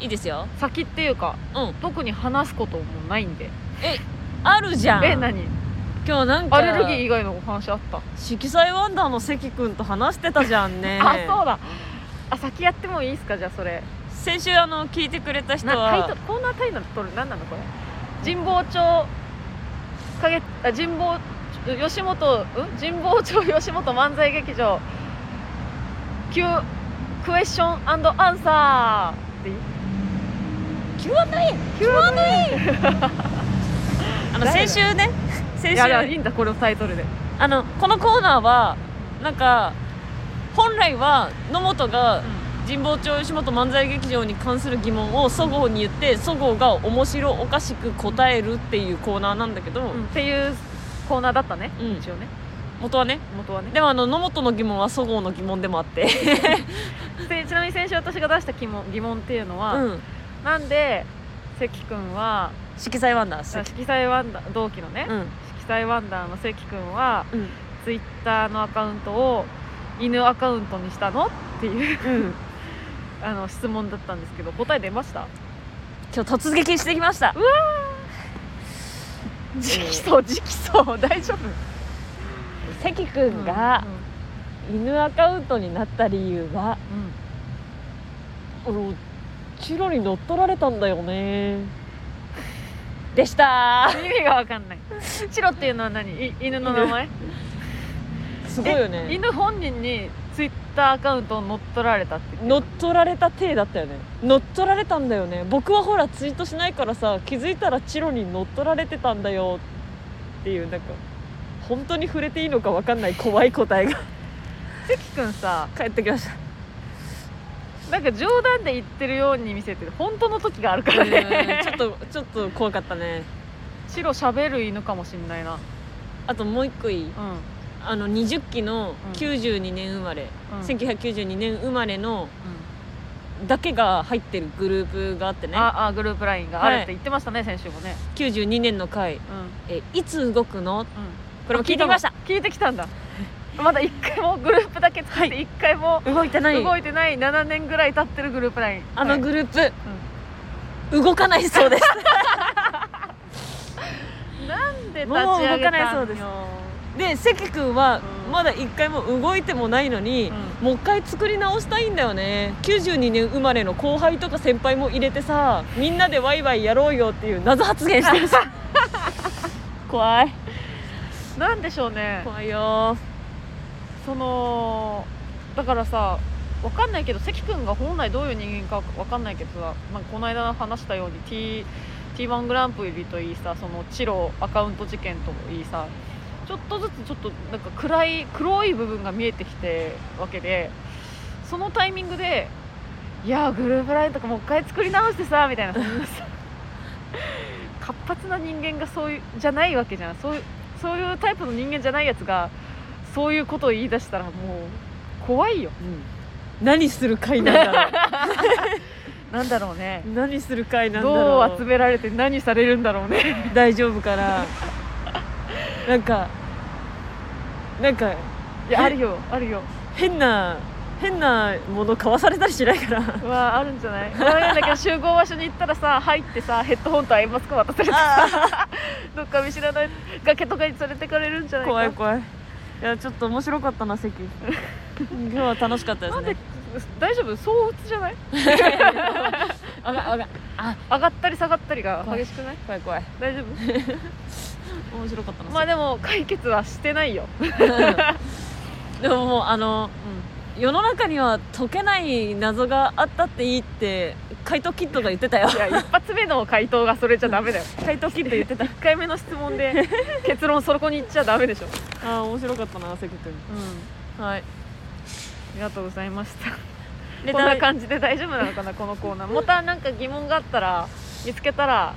Speaker 1: いいですよ
Speaker 2: 先っていうか
Speaker 1: うん
Speaker 2: 特に話すこともないんで
Speaker 1: あるじゃん
Speaker 2: え何
Speaker 1: 今日なんか
Speaker 2: アレルギー以外のお話あった、
Speaker 1: 色彩ワンダーの関君と話してたじゃんね
Speaker 2: あそうだあ先やってもいいですかじゃあそれ
Speaker 1: 先週あの聞いてくれた人
Speaker 2: なタイ
Speaker 1: は
Speaker 2: トルコーナータイトル取る何なのこれ神保町かげあ神保吉本うん神保町吉本漫才劇場キュクエスチョンアンサーっていい
Speaker 1: Q&A Q&A あの
Speaker 2: 誰
Speaker 1: 先
Speaker 2: だ
Speaker 1: 週ね先
Speaker 2: いやいやい
Speaker 1: 週
Speaker 2: いんだこれをタイトルで
Speaker 1: あのこのコーナーはなんか本来は野本が神保町吉本漫才劇場に関する疑問をそごうに言ってそごうが面白おかしく答えるっていうコーナーなんだけど、
Speaker 2: うんっていうコーナーだったね、
Speaker 1: うん
Speaker 2: 一応ね
Speaker 1: 元はね
Speaker 2: 元はね
Speaker 1: でもあの野本の疑問はそごうの疑問でもあって、
Speaker 2: でちなみに先週私が出した疑問疑問っていうのは、
Speaker 1: うん、
Speaker 2: なんで関君は
Speaker 1: 色彩ワンダー
Speaker 2: あ
Speaker 1: 関
Speaker 2: 色彩ワンダー同期のね、
Speaker 1: うん
Speaker 2: 色彩ワンダーの関君は
Speaker 1: うん
Speaker 2: ツイッターのアカウントを犬アカウントにしたのっていう
Speaker 1: うん
Speaker 2: あの質問だったんですけど答え出ました
Speaker 1: 今日突撃してきました
Speaker 2: 直訴直訴大丈夫
Speaker 1: 関君が犬アカウントになった理由は、
Speaker 2: うんうん
Speaker 1: あのチロに乗っ取られたんだよねでした
Speaker 2: 意味がわかんないチロっていうのは何い犬の名前
Speaker 1: すごいよ
Speaker 2: え
Speaker 1: ね
Speaker 2: 犬本人にツイッターアカウントを乗っ取られたって言って
Speaker 1: 乗っ取られた体だったよね乗っ取られたんだよね僕はほらツイートしないからさ気づいたらチロに乗っ取られてたんだよっていうなんか本当に触れていいのかわかんない怖い答えが
Speaker 2: 関君さ
Speaker 1: 返ってきました
Speaker 2: なんか冗談で言ってるように見せてる本当の時があるからね
Speaker 1: ちょっとちょっと怖かったね
Speaker 2: チロ喋る犬かもしんないなうん
Speaker 1: あともう一個いいあの20期の92年生まれ、
Speaker 2: うん
Speaker 1: 1992年生まれのだけが入ってるグループがあってね
Speaker 2: ああグループラインがあるって言ってましたね、先週もね
Speaker 1: 92年の回
Speaker 2: うんうん
Speaker 1: えいつ動くのこれも聞いてみました
Speaker 2: 聞いてきたんだまだ一回もグループだけ作って一回も
Speaker 1: 動いてない
Speaker 2: 動いてない7年ぐらい経ってるグループライン
Speaker 1: あのグループ、
Speaker 2: うん
Speaker 1: 動かないそう です
Speaker 2: なんで立ち上げたんよ
Speaker 1: もう動かないそうですで関君は
Speaker 2: うん
Speaker 1: まだ一回も動いてもないのに、もう一回作り直したいんだよね92年生まれの後輩とか先輩も入れてさみんなでワイワイやろうよっていう謎発言してる さ怖い
Speaker 2: なんでしょうね
Speaker 1: 怖いよ
Speaker 2: そのだからさわかんないけど関君が本来どういう人間かわかんないけどさ、まあ、この間話したように T T1 グランプリといいさそのチロアカウント事件といいさちょっとずつちょっとなんか暗い黒い部分が見えてきてわけでそのタイミングでいやーグループラインとかもう一回作り直してさみたいな そんなさ活発な人間がそういうじゃないわけじゃんそういうそういうタイプの人間じゃないやつがそういうことを言い出したらもう怖いよ
Speaker 1: 何する会なんだろ
Speaker 2: なんだろうね
Speaker 1: う何する会なんだろ
Speaker 2: どう集められて何されるんだろうね
Speaker 1: 大丈夫かななんかなんか
Speaker 2: いやあるよあるよ
Speaker 1: 変な変なもの買わされたりしないから
Speaker 2: わああるんじゃない わかんないけど集合場所に行ったらさ入ってさヘッドホンとアイマスク渡されて どっか見知らない崖とかに連れてかれるんじゃないか
Speaker 1: 怖い怖いいやちょっと面白かったな関今日は楽しかったで
Speaker 2: な
Speaker 1: す
Speaker 2: んで
Speaker 1: ね
Speaker 2: 大丈夫そう打つじゃない
Speaker 1: あがあがあ
Speaker 2: 上がったり下がったりが
Speaker 1: 怖い
Speaker 2: 激しくない
Speaker 1: 怖い怖い
Speaker 2: 大丈夫
Speaker 1: 面白かったな
Speaker 2: まあでも解決はしてないよ、
Speaker 1: でももうあの世の中には解けない謎があったっていいって怪盗キッドが言ってたよ
Speaker 2: いや 一発目の回答がそれじゃダメ だよ
Speaker 1: 怪盗キッド言ってた
Speaker 2: 1回目の質問で結論そこに行っちゃダメでしょ、
Speaker 1: あー面白かったな関君はい
Speaker 2: ありがとうございました
Speaker 1: レタ
Speaker 2: こんな
Speaker 1: ー
Speaker 2: 感じで大丈夫なのかなこのコーナーまたなんか疑問があったら見つけたら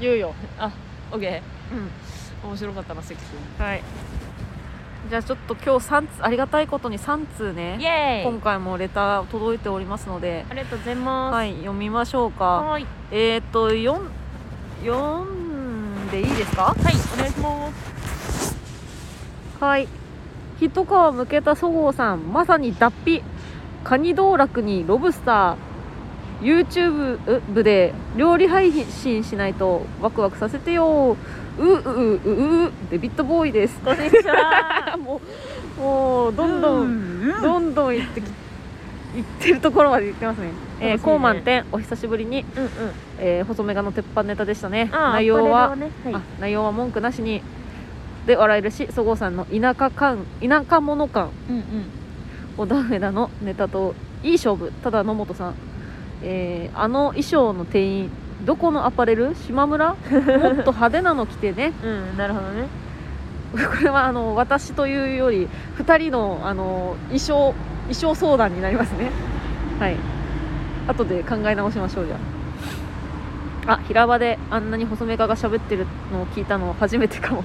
Speaker 2: 言うよ、
Speaker 1: あオッケー面白かったな関君
Speaker 2: はいじゃあちょっと今日3通ありがたいことに3通
Speaker 1: イ
Speaker 2: ね
Speaker 1: エー
Speaker 2: 今
Speaker 1: イ
Speaker 2: 回もレター届いておりますので
Speaker 1: ありがとうございます
Speaker 2: はい読みましょうか
Speaker 1: い
Speaker 2: えっ、ー、と4読んでいいですか
Speaker 1: はいお願いします
Speaker 2: はい一皮むけたそごうさんまさに脱皮カニ道楽にロブスター YouTube 部で料理配信しないとワクワクさせてよううううううデビットボーイです
Speaker 1: こんにち は
Speaker 2: もうもうどんどん、
Speaker 1: ん
Speaker 2: どんどん行ってき行ってるところまで行ってます
Speaker 1: そう
Speaker 2: ね
Speaker 1: ですね
Speaker 2: えー、コーマン店お久しぶりに、
Speaker 1: うんうん
Speaker 2: えー細めがの鉄板ネタでしたね
Speaker 1: あー
Speaker 2: 内容は
Speaker 1: アパレルね
Speaker 2: あ内容は文句なしにで笑えるしそごうさんの田舎感田舎者感
Speaker 1: うんうん
Speaker 2: 小田上田のネタといい勝負ただ野本さん、えーあの衣装の店員どこのアパレル 島村もっと派手なの着てね
Speaker 1: うんなるほどね
Speaker 2: これはあの私というより2人のあの衣装衣装相談になりますねはい後で考え直しましょうじゃああ平場であんなに細めかが喋ってるのを聞いたの初めて かも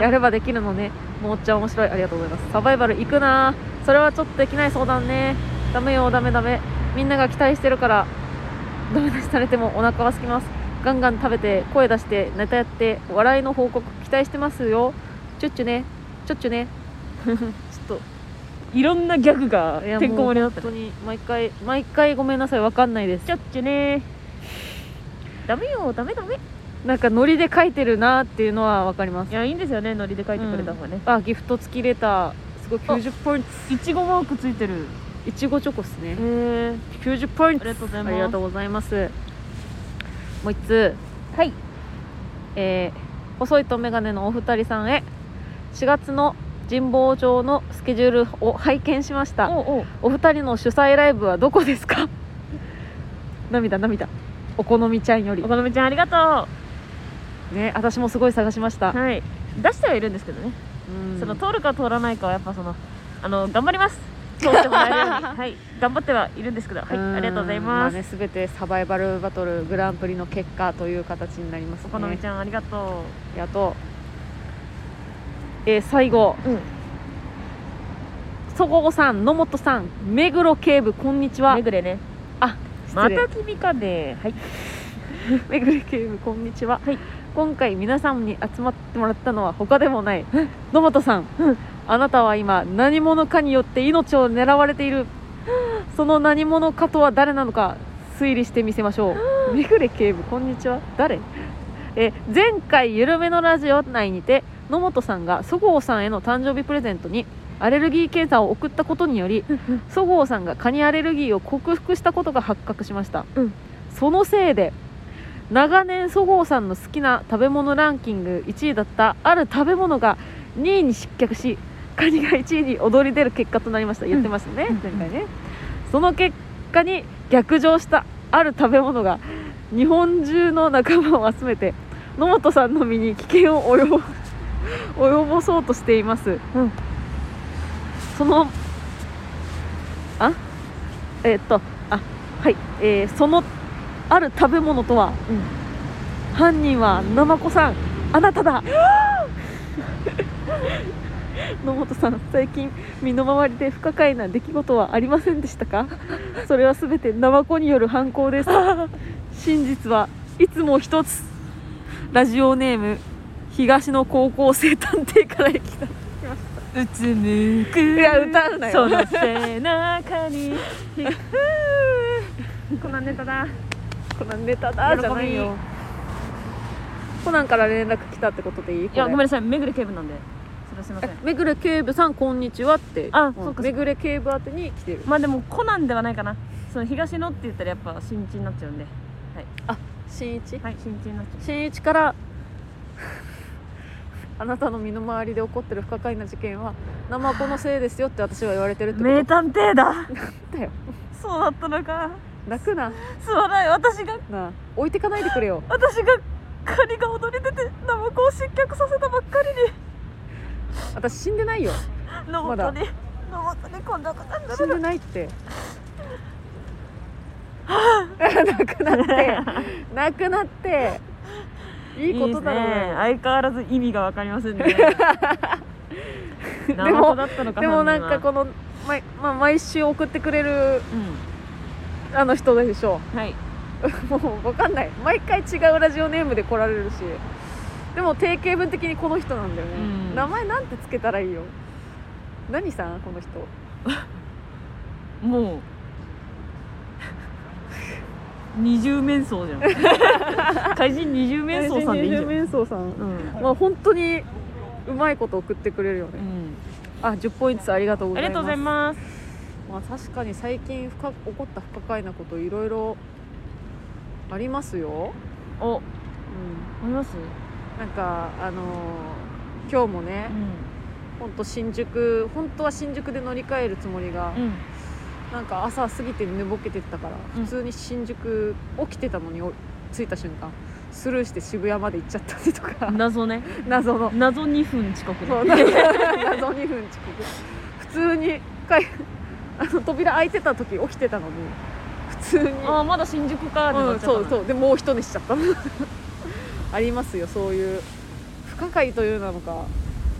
Speaker 2: やればできるのねもうちゃ面白いありがとうございますサバイバル行くなそれはちょっとできない相談ねダメよダメダメみんなが期待してるからダメ出しされてもお腹は空きますガンガン食べて声出してネタやって笑いの報告期待してますよちょっちゅねちょっちゅね ちょっ
Speaker 1: いろんなギャグが
Speaker 2: といや
Speaker 1: てんこ盛りだった
Speaker 2: もう
Speaker 1: ね
Speaker 2: 本当に毎回毎回ごめんなさいわかんないです
Speaker 1: ちょっちゅね
Speaker 2: ダメよダメダメなんかノリで書いてるなっていうのは分かります
Speaker 1: いやいいんですよねノリで書いてくれた方がね、
Speaker 2: あギフト付きレターすごい90ポイント
Speaker 1: いちごマークついてる
Speaker 2: いちごチョコっすね
Speaker 1: へえ
Speaker 2: 90ポイン
Speaker 1: あ
Speaker 2: ト
Speaker 1: りがとうござい
Speaker 2: あ
Speaker 1: ます
Speaker 2: りがとうございますもう一通
Speaker 1: はい
Speaker 2: えー細いとメガネのお二人さんへ4月の神保町のスケジュールを拝見しました
Speaker 1: おうおう
Speaker 2: お二人の主催ライブはどこですか 涙涙お好みちゃんより
Speaker 1: お好みちゃんありがと
Speaker 2: ね私もすごい探しました
Speaker 1: う、はい出してはいるんですけどね、
Speaker 2: うん
Speaker 1: その通るか通らないかはやっぱそのあの頑張ります通ってもらえるように はい頑張ってはいるんですけどはい
Speaker 2: ん
Speaker 1: ありがとうございます、
Speaker 2: あね、全てサバイバルバトルグランプリの結果という形になりますね
Speaker 1: お好みちゃんありがと
Speaker 2: ありがとう、えー最後
Speaker 1: う、うん、
Speaker 2: そごうさん野本さん目黒警部こんにちは
Speaker 1: めぐれね
Speaker 2: 失
Speaker 1: ま
Speaker 2: 礼
Speaker 1: た君かねはい
Speaker 2: めぐれ警部こんにちは、
Speaker 1: はい
Speaker 2: 今回皆さんに集まってもらったのは他でもない野本さん、あなたは今何者かによって命を狙われているその何者かとは誰なのか推理してみせましょうめぐれ警部こんにちは誰え前回ゆるめのラジオ内にて野本さんがそごうさんへの誕生日プレゼントにアレルギー検査を送ったことによりそごうさんがカニアレルギーを克服したことが発覚しました、
Speaker 1: うん
Speaker 2: そのせいで長年そごうさんの好きな食べ物ランキング1位だったある食べ物が2位に失脚しカニが1位に躍り出る結果となりました言ってましたね、
Speaker 1: うん
Speaker 2: 前回ねその結果に逆上したある食べ物が日本中の仲間を集めて野本さんの身に危険を及ぼ 及ぼそうとしています、
Speaker 1: うん
Speaker 2: そのあえっとあはい、えーそのある食べ物とは、
Speaker 1: うん
Speaker 2: 犯人はナマコさんあなただ 野本さん最近身の回りで不可解な出来事はありませんでしたかそれはすべてナマコによる犯行 です真実はいつも一つラジオネーム東の高校生探偵から来た
Speaker 1: うつむくい
Speaker 2: や歌うな
Speaker 1: そ
Speaker 2: よ
Speaker 1: の背中に こんなネタだ
Speaker 2: コナンネタだじゃないよコナンから連絡来たってことでい
Speaker 1: い
Speaker 2: い
Speaker 1: やごめん
Speaker 2: ん
Speaker 1: なさいめぐれ警部なんでそれはすいません
Speaker 2: めぐれ警部さんこんにちはって
Speaker 1: あ
Speaker 2: うん
Speaker 1: そうかそうか
Speaker 2: めぐれ警部宛てに来てる
Speaker 1: まあでもコナンではないかなその東野って言ったらやっぱ新一になっちゃうんで
Speaker 2: 新一
Speaker 1: はい新一になっちゃ
Speaker 2: 新一からあなたの身の回りで起こってる不可解な事件はナマコのせいですよって私は言われてるっ
Speaker 1: う
Speaker 2: て
Speaker 1: 名
Speaker 2: こ
Speaker 1: 探偵だ
Speaker 2: とだよ
Speaker 1: そうだったのか
Speaker 2: 泣くな
Speaker 1: すまない私が
Speaker 2: なあ置いてかないでくれよ
Speaker 1: 私がカニが踊り出てナマコを失脚させたばっかり
Speaker 2: 私死んでないよ
Speaker 1: に野
Speaker 2: まだ
Speaker 1: 本に野本にこんなことにな
Speaker 2: 死ん
Speaker 1: る
Speaker 2: でないってなくなってなくなっていいことだろう
Speaker 1: いいですね
Speaker 2: よ
Speaker 1: 相変わらず意味がわかりませんね
Speaker 2: も
Speaker 1: ナマコだったのか
Speaker 2: でもな
Speaker 1: 犯
Speaker 2: ん
Speaker 1: 人は
Speaker 2: かこの毎,、まあ、毎週送ってくれる
Speaker 1: う
Speaker 2: あの人でしょ
Speaker 1: んはい
Speaker 2: もう分かんない毎回違うラジオネームで来られるしでも定型文的にこの人なんだよね、
Speaker 1: うん
Speaker 2: 名前なんてつけたらいいよ何さんこの人
Speaker 1: もう二重面相 じゃん怪人二重面相さんでいいじゃん
Speaker 2: 面相さん
Speaker 1: うん
Speaker 2: まあ本当にうまいこと送ってくれるよね、あ10ポイントありがとうご
Speaker 1: あ
Speaker 2: ざ
Speaker 1: り
Speaker 2: い
Speaker 1: がとうござい
Speaker 2: ます
Speaker 1: ます。
Speaker 2: まあ、確かに最近不可起こった不可解なこといろいろありますよ、
Speaker 1: お、思い
Speaker 2: う
Speaker 1: ます。
Speaker 2: ん、なんかあのー今日もね
Speaker 1: う
Speaker 2: 本当新宿本当は新宿で乗り換えるつもり
Speaker 1: ん、う
Speaker 2: が、
Speaker 1: ん、
Speaker 2: なんか朝過ぎて寝ぼけてったから
Speaker 1: うん
Speaker 2: 普通に新宿起きてたのにお着いた瞬間スルーして渋谷まで行っちゃったりとか
Speaker 1: 謎ね、
Speaker 2: 謎の
Speaker 1: 謎二分遅刻ね。
Speaker 2: そう謎2分遅刻普通にかいあの扉開いてた時起きてたのに普通に
Speaker 1: ああ、まだ新宿かーってな
Speaker 2: う
Speaker 1: っ
Speaker 2: ん、
Speaker 1: ちゃったな。
Speaker 2: そうそうでもう一寝しちゃった ありますよそういう不可解というなのか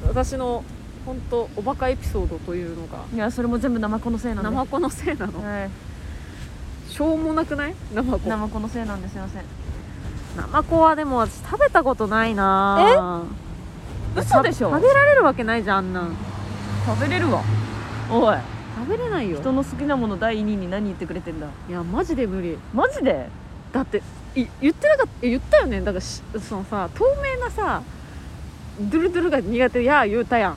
Speaker 2: 私の本当おバカエピソードというのか
Speaker 1: いや、それも全部ナマコのせいなんで。
Speaker 2: ナマコのせいなの
Speaker 1: は
Speaker 2: しょうもなくないナマ
Speaker 1: い、
Speaker 2: コ
Speaker 1: ナマコのせいなんですいません。
Speaker 2: ナマコはでも私食べたことないな
Speaker 1: 嘘でしょ
Speaker 2: 食。べられるわけないじゃんあんなん
Speaker 1: 食べれるわ。おい、
Speaker 2: 食べれないよ
Speaker 1: 人の好きなもの第二位に何言ってくれてんだ。
Speaker 2: いやマジで無理
Speaker 1: マジで？
Speaker 2: だってい言ってなかった言ったよねだからしそのさ透明なさドゥルドゥルが苦手や言うたやん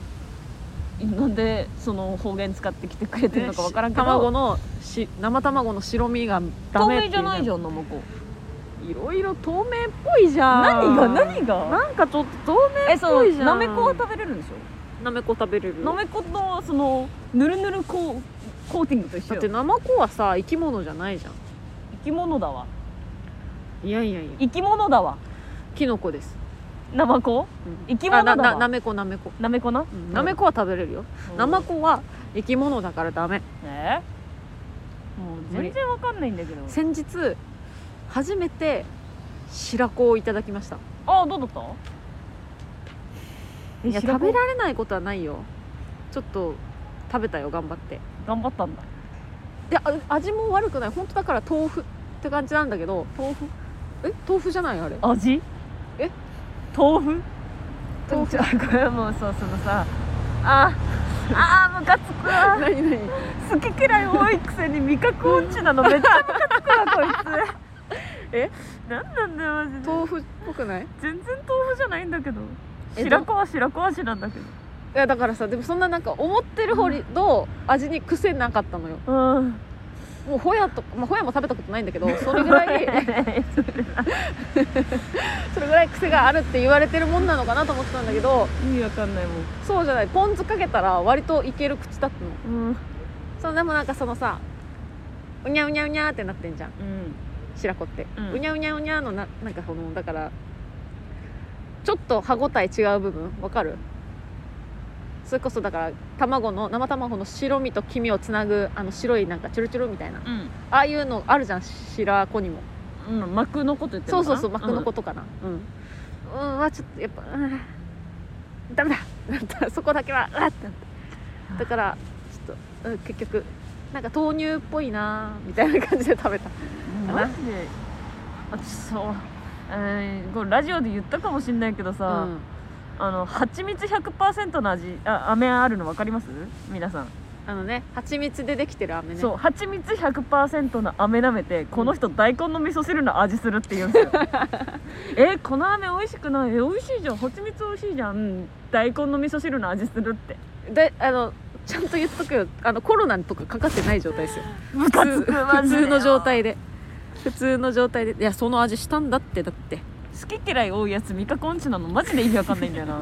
Speaker 1: なんでその方言使ってきてくれてるのかわからんけど、
Speaker 2: 卵のし生卵の白身がダ
Speaker 1: 透
Speaker 2: メ
Speaker 1: 明
Speaker 2: って
Speaker 1: じゃないじ
Speaker 2: ゃ
Speaker 1: ゃんな向こうん
Speaker 2: いろいろ透明っぽいじゃ
Speaker 1: 何
Speaker 2: ん
Speaker 1: が何が
Speaker 2: なんかちょっと透明
Speaker 1: え
Speaker 2: っ
Speaker 1: そ
Speaker 2: ぽ
Speaker 1: う
Speaker 2: いじゃん
Speaker 1: なめこは食べれるんでしょ
Speaker 2: なめこ食べれる
Speaker 1: なめこのそのぬるぬるコーコーティングと一緒
Speaker 2: だっ
Speaker 1: よ
Speaker 2: て生子はさ生き物じゃないじゃ
Speaker 1: 生き物だわ
Speaker 2: んいやいやいや
Speaker 1: 生き物だわ
Speaker 2: キノコです、
Speaker 1: ナマコ
Speaker 2: うん
Speaker 1: 生き物だわ
Speaker 2: あなななめこなめこ
Speaker 1: ナメコな
Speaker 2: なめこは食べれるよ、なまこは生き物だからダメ
Speaker 1: えもう全然わかんないんだけど
Speaker 2: 先日初めて白子をいただきました
Speaker 1: ああどうだったえ
Speaker 2: いや
Speaker 1: 白
Speaker 2: 食
Speaker 1: 子
Speaker 2: べられないことはないよちょっと食べたよ頑張って
Speaker 1: 頑張ったんだ
Speaker 2: であ味も悪くない本当だから豆腐って感じなんだけど豆腐え豆腐じゃないあれ
Speaker 1: 味
Speaker 2: え
Speaker 1: 豆腐
Speaker 2: 豆腐
Speaker 1: ちょこれはもうそうそのさあーあームカつくわ
Speaker 2: 何何
Speaker 1: 好き嫌い多いくせに味覚音痴な のめっちゃムカつくわこいつ
Speaker 2: え
Speaker 1: なんなんだよマジで
Speaker 2: 豆腐っぽくない
Speaker 1: 全然豆腐じゃないんだけど
Speaker 2: え
Speaker 1: 白子は白子味なんだけど
Speaker 2: いやだからさでもそんななんか思ってるほど味に癖なかったのよ
Speaker 1: うん
Speaker 2: もうホヤとか、まあ、ホヤも食べたことないんだけどそれぐらい それぐらい癖があるって言われてるもんなのかなと思ってたんだけど
Speaker 1: 意味わかんないもん
Speaker 2: そうじゃないポン酢かけたら割といける口だったの
Speaker 1: うん
Speaker 2: そのでもなんかそのさうにゃうにゃうにゃってなってんじゃん
Speaker 1: うん
Speaker 2: 白子って、
Speaker 1: う
Speaker 2: うんにゃうにゃうにゃのななんかこのだからちょっと歯ごたえ違う部分わかるそれこそだから卵の生卵の白身と黄身をつなぐあの白いなんかチュルチュルみたいなああいうのあるじゃん白子にも
Speaker 1: うん、うん、膜のこと言ってる
Speaker 2: そ
Speaker 1: の
Speaker 2: う
Speaker 1: か
Speaker 2: そ
Speaker 1: な
Speaker 2: うそう膜のことかなうん、うん、はちょっとやっぱ、うん、ダメだ なんかそこだけはうわってなっただからちょっと、うん、結局なんか豆乳っぽいなみたいな感じで食べた
Speaker 1: うんマジで私そう、えー、これラジオで言ったかもしれないけどさ、
Speaker 2: うん
Speaker 1: あの蜂蜜100%の味あ飴あるの分かります皆さん、
Speaker 2: あのね蜂蜜でできてる飴ね
Speaker 1: そう蜂蜜100%の飴舐めてこの人大根の味噌汁の味するって言うん ですよえーこの飴美味しくないえー美味しいじゃん蜂蜜美味しいじゃんうん大根の味噌汁の味するって
Speaker 2: であのちゃんと言っとくよあのコロナとかかかってない状態です よ
Speaker 1: ムカつ
Speaker 2: 普
Speaker 1: く
Speaker 2: 通
Speaker 1: マ
Speaker 2: 普
Speaker 1: ジで
Speaker 2: 通の状態で普通の状態でいやその味したんだってだって
Speaker 1: 好き嫌い多いやつ味覚音痴なのマジで意味わかんないんだよな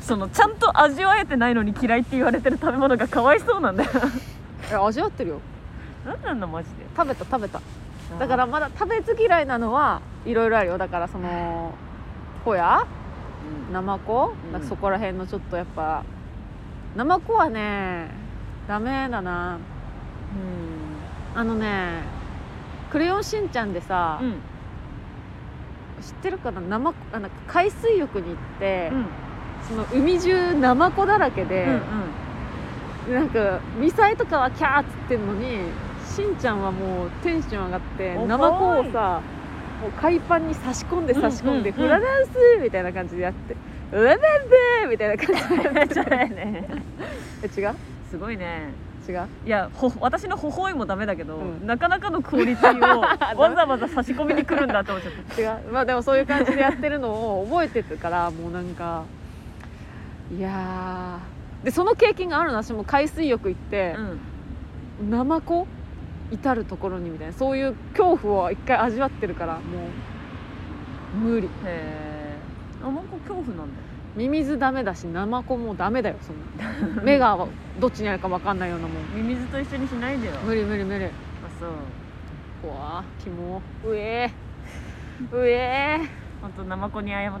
Speaker 1: そのちゃんと味わえてないのに嫌いって言われてる食べ物がかわいそうなんだよ
Speaker 2: いや味わってるよ
Speaker 1: なんなんだマジで
Speaker 2: 食べた食べただからまだ食べず嫌いなのはいろいろあるよだからそのホヤナマコ
Speaker 1: うん
Speaker 2: なんかそこら辺のちょっとやっぱナマコはねダメだな
Speaker 1: う
Speaker 2: あのね「クレヨンしんちゃん」でさ、
Speaker 1: んうん
Speaker 2: 知ってるかなナマコあなんか海水浴に行って、
Speaker 1: うん
Speaker 2: その海中ナマコだらけで
Speaker 1: うん、
Speaker 2: なんかミサイとかはキャーっつってんのにしんちゃんはもうテンション上がって
Speaker 1: お
Speaker 2: ナマコをさもう海パンに差し込んで差し込んで
Speaker 1: う
Speaker 2: 「
Speaker 1: んう
Speaker 2: フ
Speaker 1: んうん
Speaker 2: ラダンス!」みたいな感じでやって「うわべべ!」みたいな感じ で
Speaker 1: うんじゃないね
Speaker 2: え違う
Speaker 1: すごいね
Speaker 2: 違う
Speaker 1: いやほ私の微笑みもダメだけど、
Speaker 2: うん
Speaker 1: なかなかのクオリティをわざわざ差し込みに来るんだって思っちゃっ
Speaker 2: 違うまあでもそういう感じでやってるのを覚えてるからもうなんかいやーでその経験があるの私も海水浴行って
Speaker 1: た、、うん、
Speaker 2: ナマコ至る所にみたいなそういう恐怖を一回味わってるからもう無理
Speaker 1: へえあなんか恐怖なんだよ
Speaker 2: ミミズダメだしナマコもダメだよそ んな目がどっちにあるか分かんないようなもん
Speaker 1: ミミズと一緒にしないでよ
Speaker 2: 無理無理無理
Speaker 1: あそう
Speaker 2: うわあキモうえーうえ
Speaker 1: 本当ナマコに謝ってほしい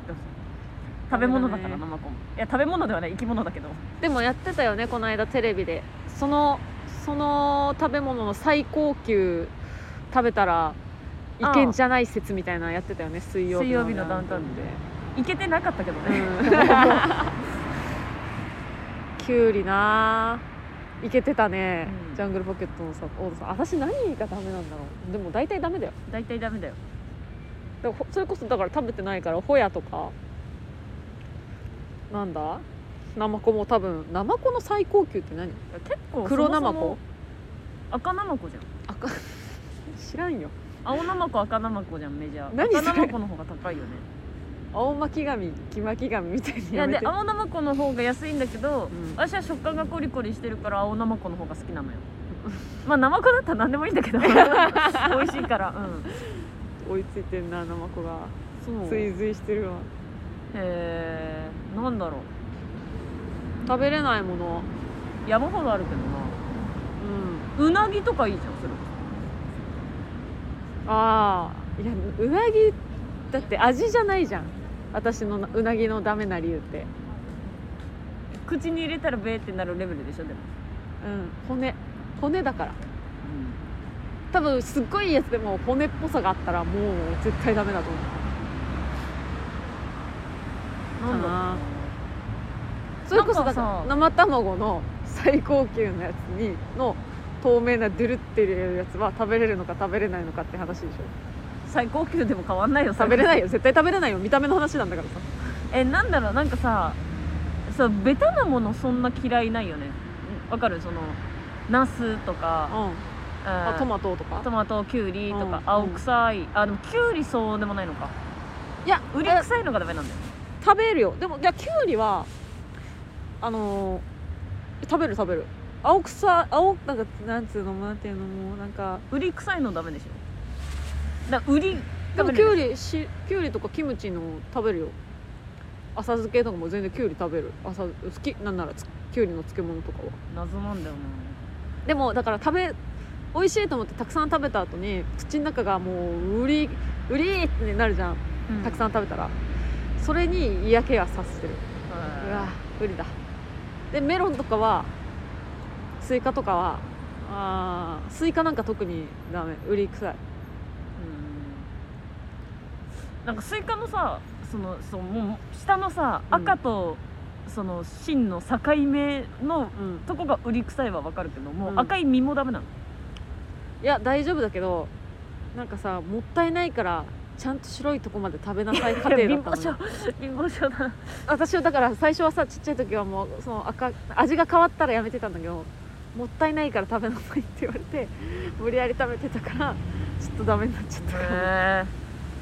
Speaker 1: 食べ物だから
Speaker 2: そうだね
Speaker 1: ナマコもいや食べ物ではない生き物だけど
Speaker 2: ーでもやってたよねこの間テレビでそのその食べ物の最高級食べたらいけんじゃない説みたいなのやってたよね水曜日
Speaker 1: 水曜日のダウンタウンでいけてなかったけど
Speaker 2: う
Speaker 1: ね、
Speaker 2: んきゅうりなあいけてたね、
Speaker 1: うん
Speaker 2: ジャングルポケットのさ大田さん私何がダメなんだろうでも大体ダメだよ
Speaker 1: 大体ダメだよ
Speaker 2: でもほそれこそだから食べてないからホヤとかなんだナマコも多分ナマコの最高級って何
Speaker 1: 結構
Speaker 2: 黒ナ
Speaker 1: 生
Speaker 2: マ
Speaker 1: も
Speaker 2: コ
Speaker 1: 赤ナマコじゃん
Speaker 2: 赤知らんよ
Speaker 1: 青ナマコ赤ナマコじゃんメジャー
Speaker 2: 何それ
Speaker 1: 赤ナマコの方が高いよね
Speaker 2: 青巻紙木巻紙みたい
Speaker 1: い
Speaker 2: に
Speaker 1: や
Speaker 2: やめ
Speaker 1: で
Speaker 2: て
Speaker 1: 青ナマコの方が安いんだけど、
Speaker 2: うん
Speaker 1: 私は食感がコリコリしてるから青ナマコの方が好きなのよ まあナマコだったら何でもいいんだけど美味しいからうん
Speaker 2: 追いついてんなナマコが
Speaker 1: そう
Speaker 2: 追
Speaker 1: へ
Speaker 2: 随してるわ
Speaker 1: えんだろ
Speaker 2: 食べれないもの
Speaker 1: う山ほどあるけど
Speaker 2: うん
Speaker 1: なうなぎとかいいじゃんそれ
Speaker 2: ああいやうなぎだって味じゃないじゃん私のうなぎのダメな理由って
Speaker 1: 口に入れたらベーってなるレベルでしょでも、
Speaker 2: うん骨骨だから多分すっごいいいやつでも骨っぽさがあったらもう絶対ダメだと思う
Speaker 1: なんだろう
Speaker 2: かなそれこそ
Speaker 1: な
Speaker 2: だか
Speaker 1: んか
Speaker 2: ら
Speaker 1: さ
Speaker 2: 生卵の最高級のやつにの透明なドゥルってるやつは食べれるのか食べれないのかって話でしょ
Speaker 1: 最高級でも変わんないよそ
Speaker 2: 食べれ ないいよ絶対食べれないよ見た目の話なんだからさ
Speaker 1: えなんだろうなんかさそうベタなものそんな嫌いないよねんわかるそのナスとか、
Speaker 2: うん
Speaker 1: あ
Speaker 2: あトマトとか
Speaker 1: トマトきゅうりと
Speaker 2: うんう
Speaker 1: か
Speaker 2: ん
Speaker 1: 青臭い、あでもきゅうりそうでもないのか
Speaker 2: いや
Speaker 1: うり
Speaker 2: あ
Speaker 1: 臭いのがダメなんだよ
Speaker 2: 食べるよでもじゃきゅうりはあのー食べる食べる青草青なんかなんつうのなんていうのもうなんか
Speaker 1: うり臭いのダメでしょだうり
Speaker 2: でも
Speaker 1: 食べ
Speaker 2: きゅ
Speaker 1: れ
Speaker 2: う
Speaker 1: ない
Speaker 2: りしきゅうりとかキムチの食べるよ浅漬けとかも全然きゅうり食べる浅好きなんならつきゅうりの漬物とかは
Speaker 1: 謎なんだよな
Speaker 2: でもだから食べ美味しいと思ってたくさん食べた後に口の中がもううりうりーってなるじゃんたくさ
Speaker 1: ん
Speaker 2: ん食べたら、それに嫌気はさせてるうわ無理だでメロンとかはスイカとかはあースイカなんか特にダメ売り臭い
Speaker 1: うんなんかスイカのさそのそのもう下のさ、
Speaker 2: うん
Speaker 1: 赤とその芯の境目の
Speaker 2: うん
Speaker 1: とこが売り臭いはわかるけどもう
Speaker 2: うん
Speaker 1: 赤い実もダメなの、
Speaker 2: いや大丈夫だけどなんかさもったいないからちゃんと白いとこまで食べなさい家
Speaker 1: いや貧
Speaker 2: 庭だ
Speaker 1: 乏
Speaker 2: ったの
Speaker 1: 症
Speaker 2: よ
Speaker 1: 貧乏症だな
Speaker 2: 私はだから最初はさちっちゃい時はもうその赤味が変わったらやめてたんだけどもったいないから食べなさいって言われて無理やり食べてたからちょっとダメになっちゃったかも
Speaker 1: へえ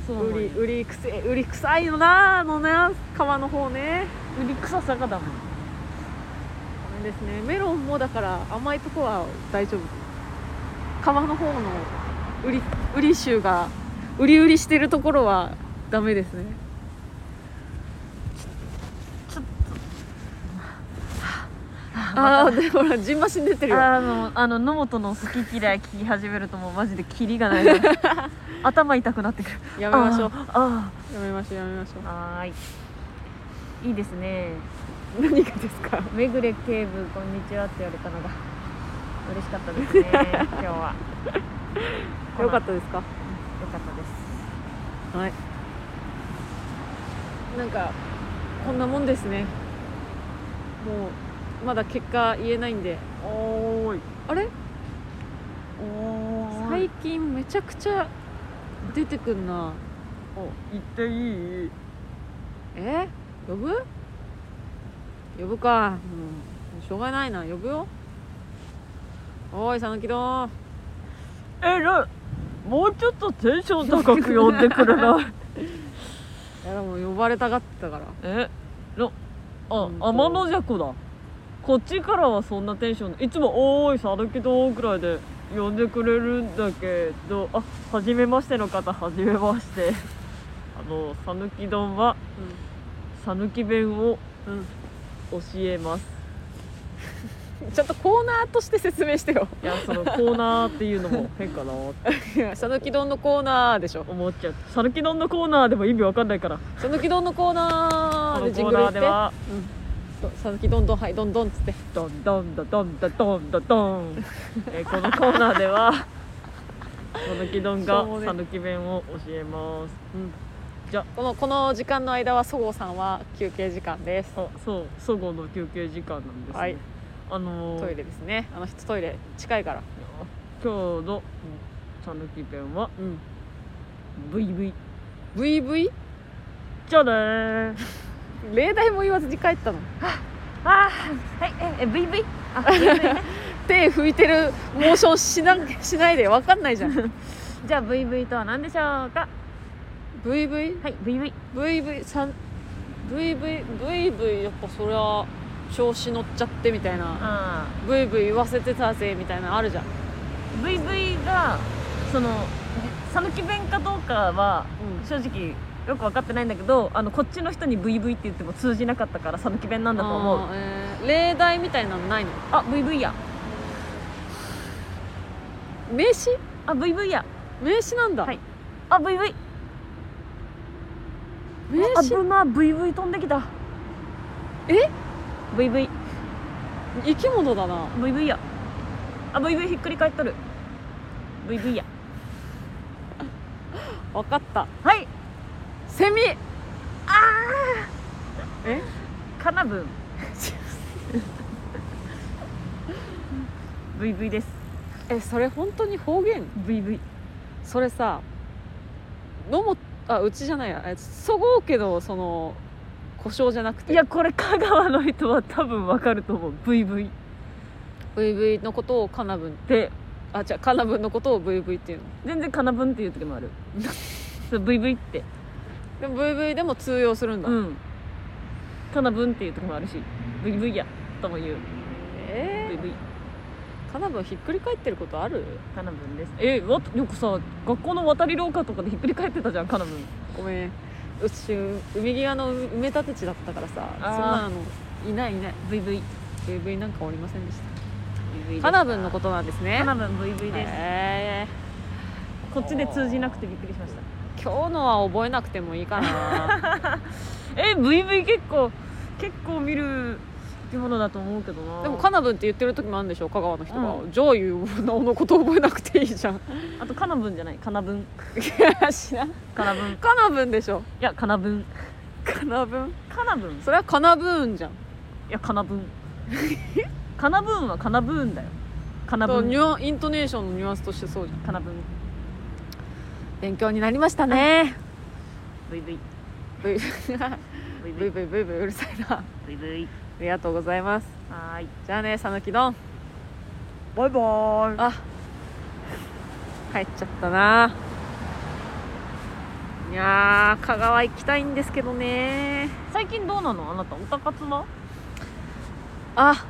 Speaker 1: そうなんや
Speaker 2: 売り売りくせ売り臭いのなあのな皮の方ね
Speaker 1: 売り臭さがダメ
Speaker 2: ダメですねメロンもだから甘いとこは大丈夫皮の方の売り売り臭が売り売りしてるところはダメですねああーでほらジンマシン出てるよ
Speaker 1: あのあの野本の好き嫌い聞き始めるともうマジでキリがない な頭痛くなってくる
Speaker 2: や
Speaker 1: や
Speaker 2: めましょう
Speaker 1: あ
Speaker 2: やめましょうやめましょ
Speaker 1: ーあーはーいいいですね
Speaker 2: う何がですか
Speaker 1: めぐれ警部こんにちはって言われたのが嬉しかったですね 今日は
Speaker 2: よかったたですか
Speaker 1: よかったです
Speaker 2: はいなんかこんなもんですねもうまだ結果言えないんで
Speaker 1: おーい
Speaker 2: あれ
Speaker 1: おー
Speaker 2: 最近めちゃくちゃ出てくんな
Speaker 1: 行っていい
Speaker 2: え呼ぶ呼ぶかうんしょうがないな呼ぶよおーい讃岐丼
Speaker 1: えらいもうちょっとテンション高く呼んでくれない
Speaker 2: いやでも呼ばれたがってたから
Speaker 1: えのあ
Speaker 2: うんと
Speaker 1: 天の弱だこっちからはそんなテンションいつも「おーいさぬきどー」くらいで呼んでくれるんだけどあ初めましての方初めまして あのさぬき丼はさぬき弁を
Speaker 2: うん、
Speaker 1: 教えます
Speaker 2: ちゃんとコーナーとして説明 してよ
Speaker 1: いやそのコーナーっていうのも変かなって
Speaker 2: 讃岐丼のコーナーでしょ
Speaker 1: 思っちゃうさぬき丼のコーナーでも意味わかんない から
Speaker 2: 讃岐丼のコーナ
Speaker 1: こ
Speaker 2: ー
Speaker 1: の
Speaker 2: で
Speaker 1: コ
Speaker 2: ジン
Speaker 1: ー
Speaker 2: グル言
Speaker 1: ナ
Speaker 2: っ
Speaker 1: ー
Speaker 2: て
Speaker 1: では
Speaker 2: さぬきどんどんはいどんどんっつって
Speaker 1: ドンドンドドンドドンドドン、えーこのコーナーではさぬき丼
Speaker 2: しょうも
Speaker 1: が
Speaker 2: ね
Speaker 1: さぬき弁を教えます
Speaker 2: このこの時間の間はそごうさんは休憩時間です
Speaker 1: あそうそごうの休憩時間なんですね、
Speaker 2: はい
Speaker 1: あのー
Speaker 2: トイレですねあの人トイレ近いから
Speaker 1: 今日のさぬき弁は
Speaker 2: うん
Speaker 1: VV
Speaker 2: VV
Speaker 1: じゃあねー
Speaker 2: 例題も言わずに帰ったの
Speaker 1: あーはいええ VV あ VV ね
Speaker 2: 手拭いてるモーションしなしないで分かんないじゃん
Speaker 3: じゃあ VV とは何でしょうか
Speaker 2: VV?
Speaker 3: はい VV
Speaker 2: VV さん VVVV やっぱそりゃ調子乗っちゃってみたいな
Speaker 3: あ
Speaker 2: VV 言わせてたぜみたいなのあるじゃん、
Speaker 1: ー VV がその讃岐弁かどうかは正直よく分かってないんだけどあのこっちの人に VV って言っても通じなかったから讃岐弁なんだと思う
Speaker 2: あーえー例題みたいなのないの
Speaker 1: あ VV や
Speaker 2: 名詞
Speaker 1: あ VV や
Speaker 2: 名詞なんだ、
Speaker 1: はいあ VV
Speaker 2: 名
Speaker 1: あ
Speaker 2: 詞
Speaker 1: ぶな VV 飛んできた
Speaker 2: え
Speaker 1: VVVV
Speaker 2: 生き物だな
Speaker 1: やあ VV ひっくり返っとる VV や
Speaker 2: 分かった
Speaker 1: はい
Speaker 2: セミ
Speaker 1: かな ぶん VV です
Speaker 2: えそれ本当に方言
Speaker 1: VV
Speaker 2: それさのもあうちじゃないやえそごうけどその故障じゃなくて
Speaker 1: いやこれ香川の人は多分わかると思う VV っ
Speaker 2: VV のことをカナブン
Speaker 1: て
Speaker 2: あ違うカナブンのことを VV っていうの
Speaker 1: 全然かなぶんっていう時もあ るそう VV って
Speaker 2: でも VV でも通用するんだ、
Speaker 1: うんかなぶんっていう時もあるし VV やとも言う
Speaker 2: え
Speaker 1: VV
Speaker 2: ー、カナブンひっくり返ってることある
Speaker 1: かなぶんですえわよくさ学校の渡り廊下とかでひっくり返ってたじゃんかなぶん
Speaker 2: ごめんうち海際の埋め立て地だったからさそん
Speaker 1: あー
Speaker 2: なのいないいない
Speaker 1: VV
Speaker 2: VV なんかおりませんでした
Speaker 1: か
Speaker 2: カ
Speaker 1: な
Speaker 2: ナブンのことなんです
Speaker 1: か
Speaker 2: ね
Speaker 1: なぶん VV です、
Speaker 2: へ
Speaker 1: こっちで通じなくてびっくりしました
Speaker 2: ー今日のは覚えなくてもいいかな
Speaker 1: え VV 結構結構見る生き物だと思うけどな
Speaker 2: でもカナブンって言ってる時もあるんでしょ香川の人が、
Speaker 1: う
Speaker 2: じゃあいうなおのこと覚えなくていいじゃんい
Speaker 1: あとかなぶんじゃないかなぶん
Speaker 2: や知らん
Speaker 1: かなぶんい
Speaker 2: カナブンでしょ
Speaker 1: やかなぶん
Speaker 2: カナブン
Speaker 1: かなぶん
Speaker 2: それはカナブーンじゃん
Speaker 1: いや、かなぶ ん。かなぶんはかなぶんだよ。かなぶ
Speaker 2: と
Speaker 1: ん
Speaker 2: ニ。ュアイントネーションのニュアンスとしてそうじゃん
Speaker 1: かなぶん。
Speaker 2: 勉強になりましたね
Speaker 1: ブイブイ。
Speaker 2: ブイ
Speaker 1: ブイ
Speaker 2: ブ
Speaker 1: ブ
Speaker 2: イ
Speaker 1: イ。
Speaker 2: ブイブイブイうるさいなあ
Speaker 1: ブイブイ。
Speaker 2: りがとうございます
Speaker 1: はーい。
Speaker 2: じゃあねさぬきどん
Speaker 1: バイバーイ。
Speaker 2: あ帰っちゃったないやー香川行きたいんですけどね
Speaker 1: 最近どうなのあなた、おたかつは
Speaker 2: あ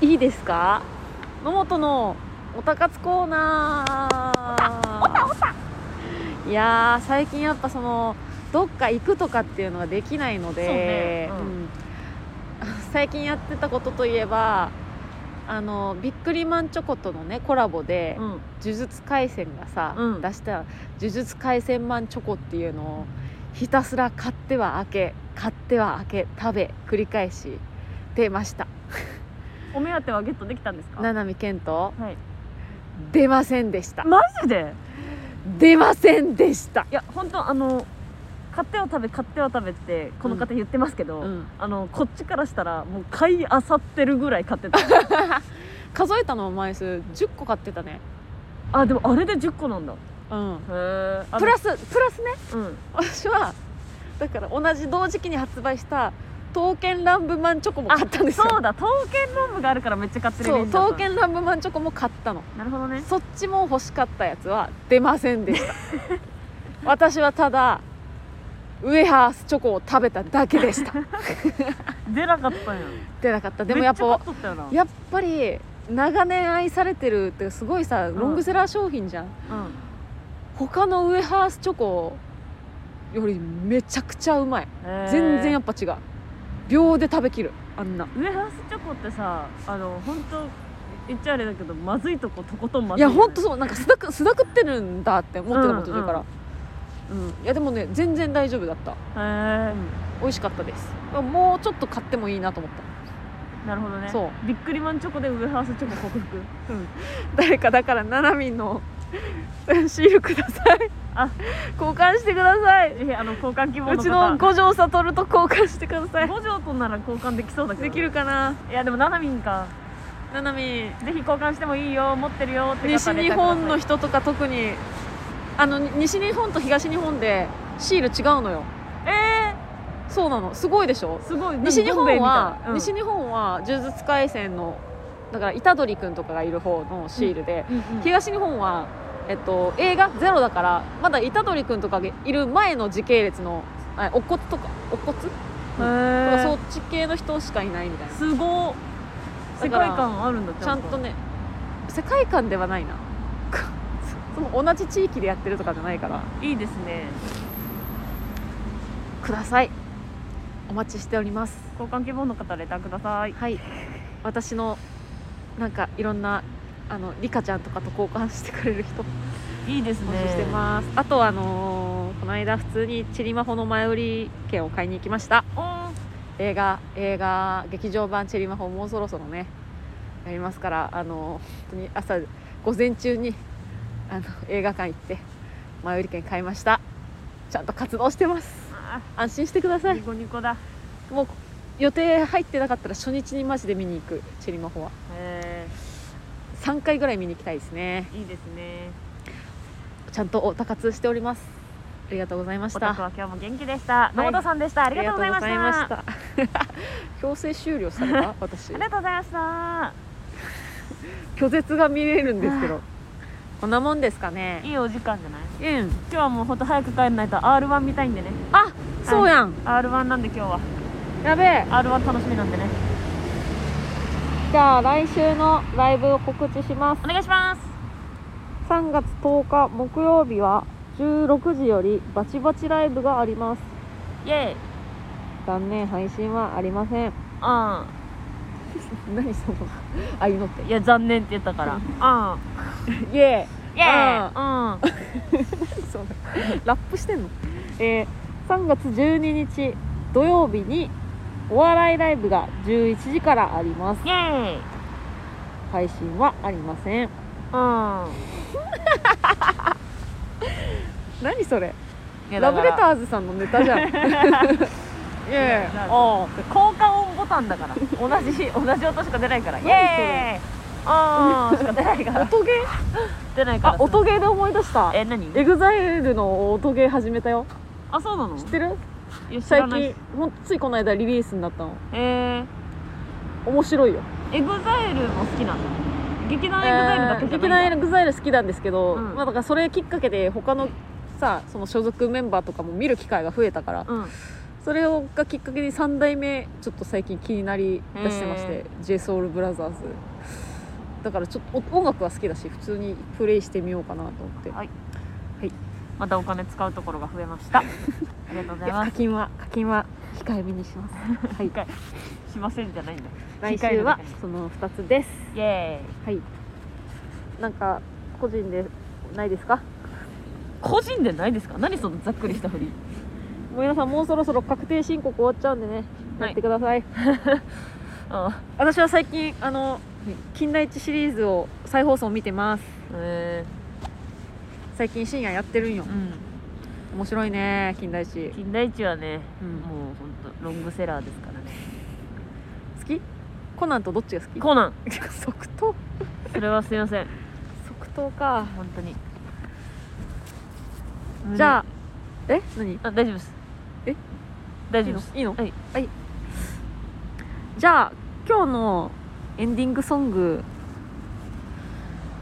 Speaker 2: いいですか野本のおたかつコーナーいやー最近やっぱそのどっか行くとかっていうのができないので
Speaker 1: そうねうん
Speaker 2: うん最近やってたことといえばあのビックリマンチョコとのねコラボで、
Speaker 1: うん。
Speaker 2: 呪術廻戦がさ、
Speaker 1: うん
Speaker 2: 出した呪術廻戦マンチョコっていうのをひたすら買っては開け買っては開け食べ繰り返し出ました
Speaker 1: お目当てはゲットできたんですか
Speaker 2: 七海健人
Speaker 1: はい。
Speaker 2: 出ませんでした
Speaker 1: マジで
Speaker 2: 出ませんでした
Speaker 1: いや、本当あの、買っては食べ、買っては食べって、この方言ってますけど、
Speaker 2: うん
Speaker 1: あの、こっちからしたら、もう買いあさってるぐらい買って た。
Speaker 2: 数えたの枚数10個買ってたね
Speaker 1: あ、でもあれで10個なんだ。へ
Speaker 2: うん
Speaker 1: え。
Speaker 2: プラスプラスね
Speaker 1: スうん。
Speaker 2: 私はだから同じ同時期に発売した刀剣乱舞マンチョコも買ったんですよ
Speaker 1: そうだ、刀剣ロムがあるからめっちゃ買ってるイメ
Speaker 2: そ
Speaker 1: ー
Speaker 2: う
Speaker 1: ジだった
Speaker 2: 刀剣乱舞マンチョコも買ったの
Speaker 1: なるほどね。
Speaker 2: そっちも欲しかったやつは出ませんで した私はただウエハースチョコを食べただけで した
Speaker 1: 出なかったんや
Speaker 2: 出なかったでもやっぱ
Speaker 1: めっちゃ買っとったよな
Speaker 2: やっぱり長年愛されてるってすごいさ
Speaker 1: ん
Speaker 2: ロングセラー商品じゃん、
Speaker 1: うん
Speaker 2: 他のウエハースチョコよりめちゃくちゃうまい
Speaker 1: へー
Speaker 2: 全然やっぱ違う秒で食べきるあんな
Speaker 1: ウェハースチョコってさあの本当言っちゃあれだけどまずいとことことんま
Speaker 2: い
Speaker 1: ずいよ
Speaker 2: や
Speaker 1: ね、
Speaker 2: ほんとそうなんかすだくすだくってるんだって思ってたもん途中から、うんいやでもね全然大丈夫だった
Speaker 1: へえ
Speaker 2: 美味しかったですもうちょっと買ってもいいなと思った
Speaker 1: なるほどね
Speaker 2: そう
Speaker 1: ビックリマンチョコでウェハースチョコ克服
Speaker 2: 誰かだからななみんの シールください
Speaker 1: あ
Speaker 2: 交換してください
Speaker 1: ぜひあの交換希望の
Speaker 2: う
Speaker 1: 方
Speaker 2: ちの五条悟と交換してください
Speaker 1: 五条となら交換できそうだけど
Speaker 2: できるかない
Speaker 1: やでもななみんか
Speaker 2: ななみん
Speaker 1: ぜひ交換してもいいよ持ってるよって方
Speaker 2: 西日本の
Speaker 1: 人
Speaker 2: 人とか特にあのに西日本と東日本でシール違うのよ
Speaker 1: え
Speaker 2: そうなのすごいでしょ
Speaker 1: ー、すごい
Speaker 2: 西日
Speaker 1: ボンベイ
Speaker 2: 本
Speaker 1: みたい
Speaker 2: は
Speaker 1: な、うん
Speaker 2: 西日本は呪術廻戦のだから虎杖君とかがいる方のシールで、
Speaker 1: うんうん
Speaker 2: 東日本はえっと、映画ゼロだからまだ虎杖君とかがいる前の時系列のあお骨とかお骨とかそ
Speaker 1: へ
Speaker 2: っち系の人しかいないみたいな
Speaker 1: すごっ世界
Speaker 2: だから
Speaker 1: 観あるんだ
Speaker 2: ちゃんとね世界観ではないなその同じ地域でやってるとかじゃないから
Speaker 1: いいですね
Speaker 2: くださいお待ちしております
Speaker 1: 交換希望の方レターください
Speaker 2: はい私のなんかいろんなあのリカちゃんとかと交換してくれる人
Speaker 1: いいですね
Speaker 2: 募集してます、あとあのーこの間普通にチリマホの前売り券を買いに行きました
Speaker 1: おー
Speaker 2: 映画映画劇場版チェリマホもうそろそろねやりますからあの本当に朝午前中にあの映画館行って前売り券買いましたちゃんと活動してます
Speaker 1: あ
Speaker 2: 安心してくださ
Speaker 1: ー
Speaker 2: い
Speaker 1: ニコニコだ
Speaker 2: もう予定入ってなかったら初日にマジで見に行くチェリマホは
Speaker 1: へ
Speaker 2: 3回ぐらい見に行きたいですね
Speaker 1: ーいいですね
Speaker 2: ちゃんとお高通しておりますありがとうございまし
Speaker 1: おたく
Speaker 2: た
Speaker 1: は今日も元気でした野本さんでしたあ
Speaker 2: あ
Speaker 1: りがとうございました
Speaker 2: りがとうございました 強制終了された私
Speaker 1: ありがとうございました
Speaker 2: 拒絶が見れるんですけどこんなもんですかね
Speaker 1: いいお時間じゃない
Speaker 2: うん
Speaker 1: 今日はもうほんと早く帰んないと R1 見たいんでね
Speaker 2: あそうやん
Speaker 1: R1 なんで今日は
Speaker 2: やべえ
Speaker 1: R1 楽しみなんでね
Speaker 2: じゃあ来週のライブを告知します
Speaker 1: お願いします
Speaker 2: 3月10日木曜日は16時よりバチバチライブがあります
Speaker 1: イエーイ
Speaker 2: 残念配信はありません
Speaker 1: う
Speaker 2: 何そのあいのっ
Speaker 1: んいや残念って言ったからうん
Speaker 2: てイエ
Speaker 1: イエーイうん
Speaker 2: ーイそのラップしてんのえー、3月12日土曜日にお笑いライブが11時からあります
Speaker 1: イエーイ
Speaker 2: 配信はありません
Speaker 1: う
Speaker 2: 何それ
Speaker 1: んいや
Speaker 2: ラブレタ
Speaker 1: だか
Speaker 2: ーズさんのネタ じゃんいえ
Speaker 1: らおう効果音ボタンだから同じ同じ音しか出ないからイ
Speaker 2: 何それ
Speaker 1: エーイあーしか出ないから
Speaker 2: 音ゲー
Speaker 1: 出ないから
Speaker 2: あ音ゲーで思い出した
Speaker 1: え何
Speaker 2: エグザイルの音ゲー始めたよ
Speaker 1: あそうなの
Speaker 2: 知ってる
Speaker 1: いや知
Speaker 2: 最
Speaker 1: らない
Speaker 2: 近ほんとついこの間リリースになったの
Speaker 1: え
Speaker 2: 面白いよ
Speaker 1: ー、エグザイルも好きなの劇団エグザイルだけじゃ
Speaker 2: 劇
Speaker 1: な
Speaker 2: 団
Speaker 1: い
Speaker 2: エ
Speaker 1: んだ
Speaker 2: グザイル好きなんですけど、
Speaker 1: うん
Speaker 2: まあ、だからそれきっかけで他のさその所属メンバーとかも見る機会が増えたから、
Speaker 1: うん
Speaker 2: それをがきっかけに3代目ちょっと最近気になりだしてまし
Speaker 1: へ
Speaker 2: て JSOULBROTHERS だからちょっとお音楽は好きだし普通にプレイしてみようかなと思って
Speaker 1: またお金使うところが増えました ありがとうござ
Speaker 2: い
Speaker 1: い
Speaker 2: や
Speaker 1: ま
Speaker 2: 課金は課金は控えめにしますはい
Speaker 1: すしませんじゃないんだ
Speaker 2: 来週はその2つです
Speaker 1: イエーイ
Speaker 2: はいなんか個人でないですか
Speaker 1: 個人でないですか何そのざっくりしたふり
Speaker 2: 皆さんもうそろそろ確定申告終わっちゃうんでね
Speaker 1: はい
Speaker 2: やってください、
Speaker 1: あ
Speaker 2: 私は最近あの金田一シリーズを再放送見てます
Speaker 1: え
Speaker 2: 最近深夜やってるんよ
Speaker 1: ー、うん
Speaker 2: 面白いね金田一
Speaker 1: 金田一はね、
Speaker 2: うん
Speaker 1: もう本当ロングセラーですからね
Speaker 2: 好きコナンとどっちが好き
Speaker 1: コナン
Speaker 2: 即答
Speaker 1: それはすいません
Speaker 2: 即答か
Speaker 1: 本当に
Speaker 2: じゃあえ何
Speaker 1: あ大丈夫です
Speaker 2: え
Speaker 1: 大丈夫です
Speaker 2: いいの
Speaker 1: はい、
Speaker 2: はい、じゃあ今日のエンディングソング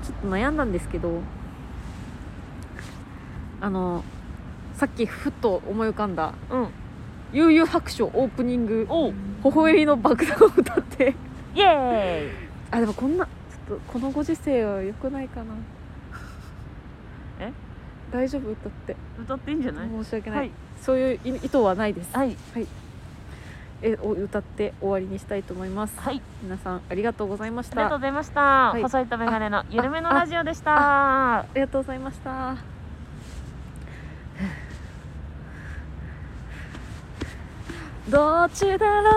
Speaker 2: ちょっと悩んだんですけどあのさっきふっと思い浮かんだ
Speaker 1: うん
Speaker 2: 「悠々白書」オープニング
Speaker 1: おう
Speaker 2: 「微笑みの爆弾」を歌って
Speaker 1: イエーイ
Speaker 2: あでもこんなちょっとこのご時世は良くないか な
Speaker 1: え
Speaker 2: 大丈夫歌って
Speaker 1: 歌っていいんじゃない
Speaker 2: 申し訳ない、
Speaker 1: はい
Speaker 2: そういう意意図はないです
Speaker 1: はい
Speaker 2: えを歌って終わりにしたいと思います
Speaker 1: はい
Speaker 2: 皆さんありがとうございまし
Speaker 1: ありがとう
Speaker 2: たあ
Speaker 1: ございました、
Speaker 2: い
Speaker 1: 細いとメガネのゆるめのラジオでした
Speaker 2: りがとうございましたどっちだろ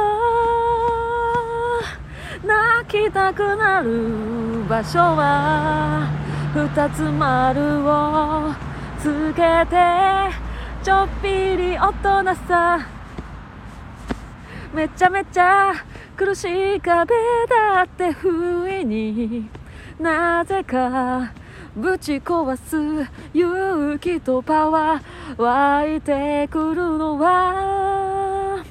Speaker 2: う泣きたくなる場所は二つ丸をつけてちょっぴり大人さめちゃめちゃ苦しい壁だって不意になぜかぶち壊す勇気とパワー湧いてくるのは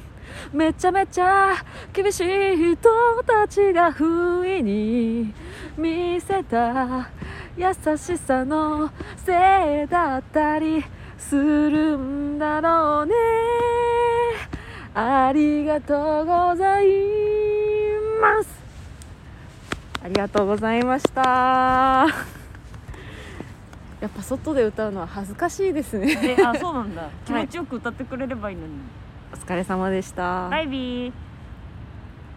Speaker 2: めちゃめちゃ厳しい人たちが不意に見せた優しさのせいだったりするんだろうねありがとうございますありがとうございましたやっぱ外で歌うのは恥ずかしいですね
Speaker 4: えあそうなんだ気持ちよく歌ってくれればいいのに、
Speaker 2: お疲れ様でした
Speaker 1: バイビー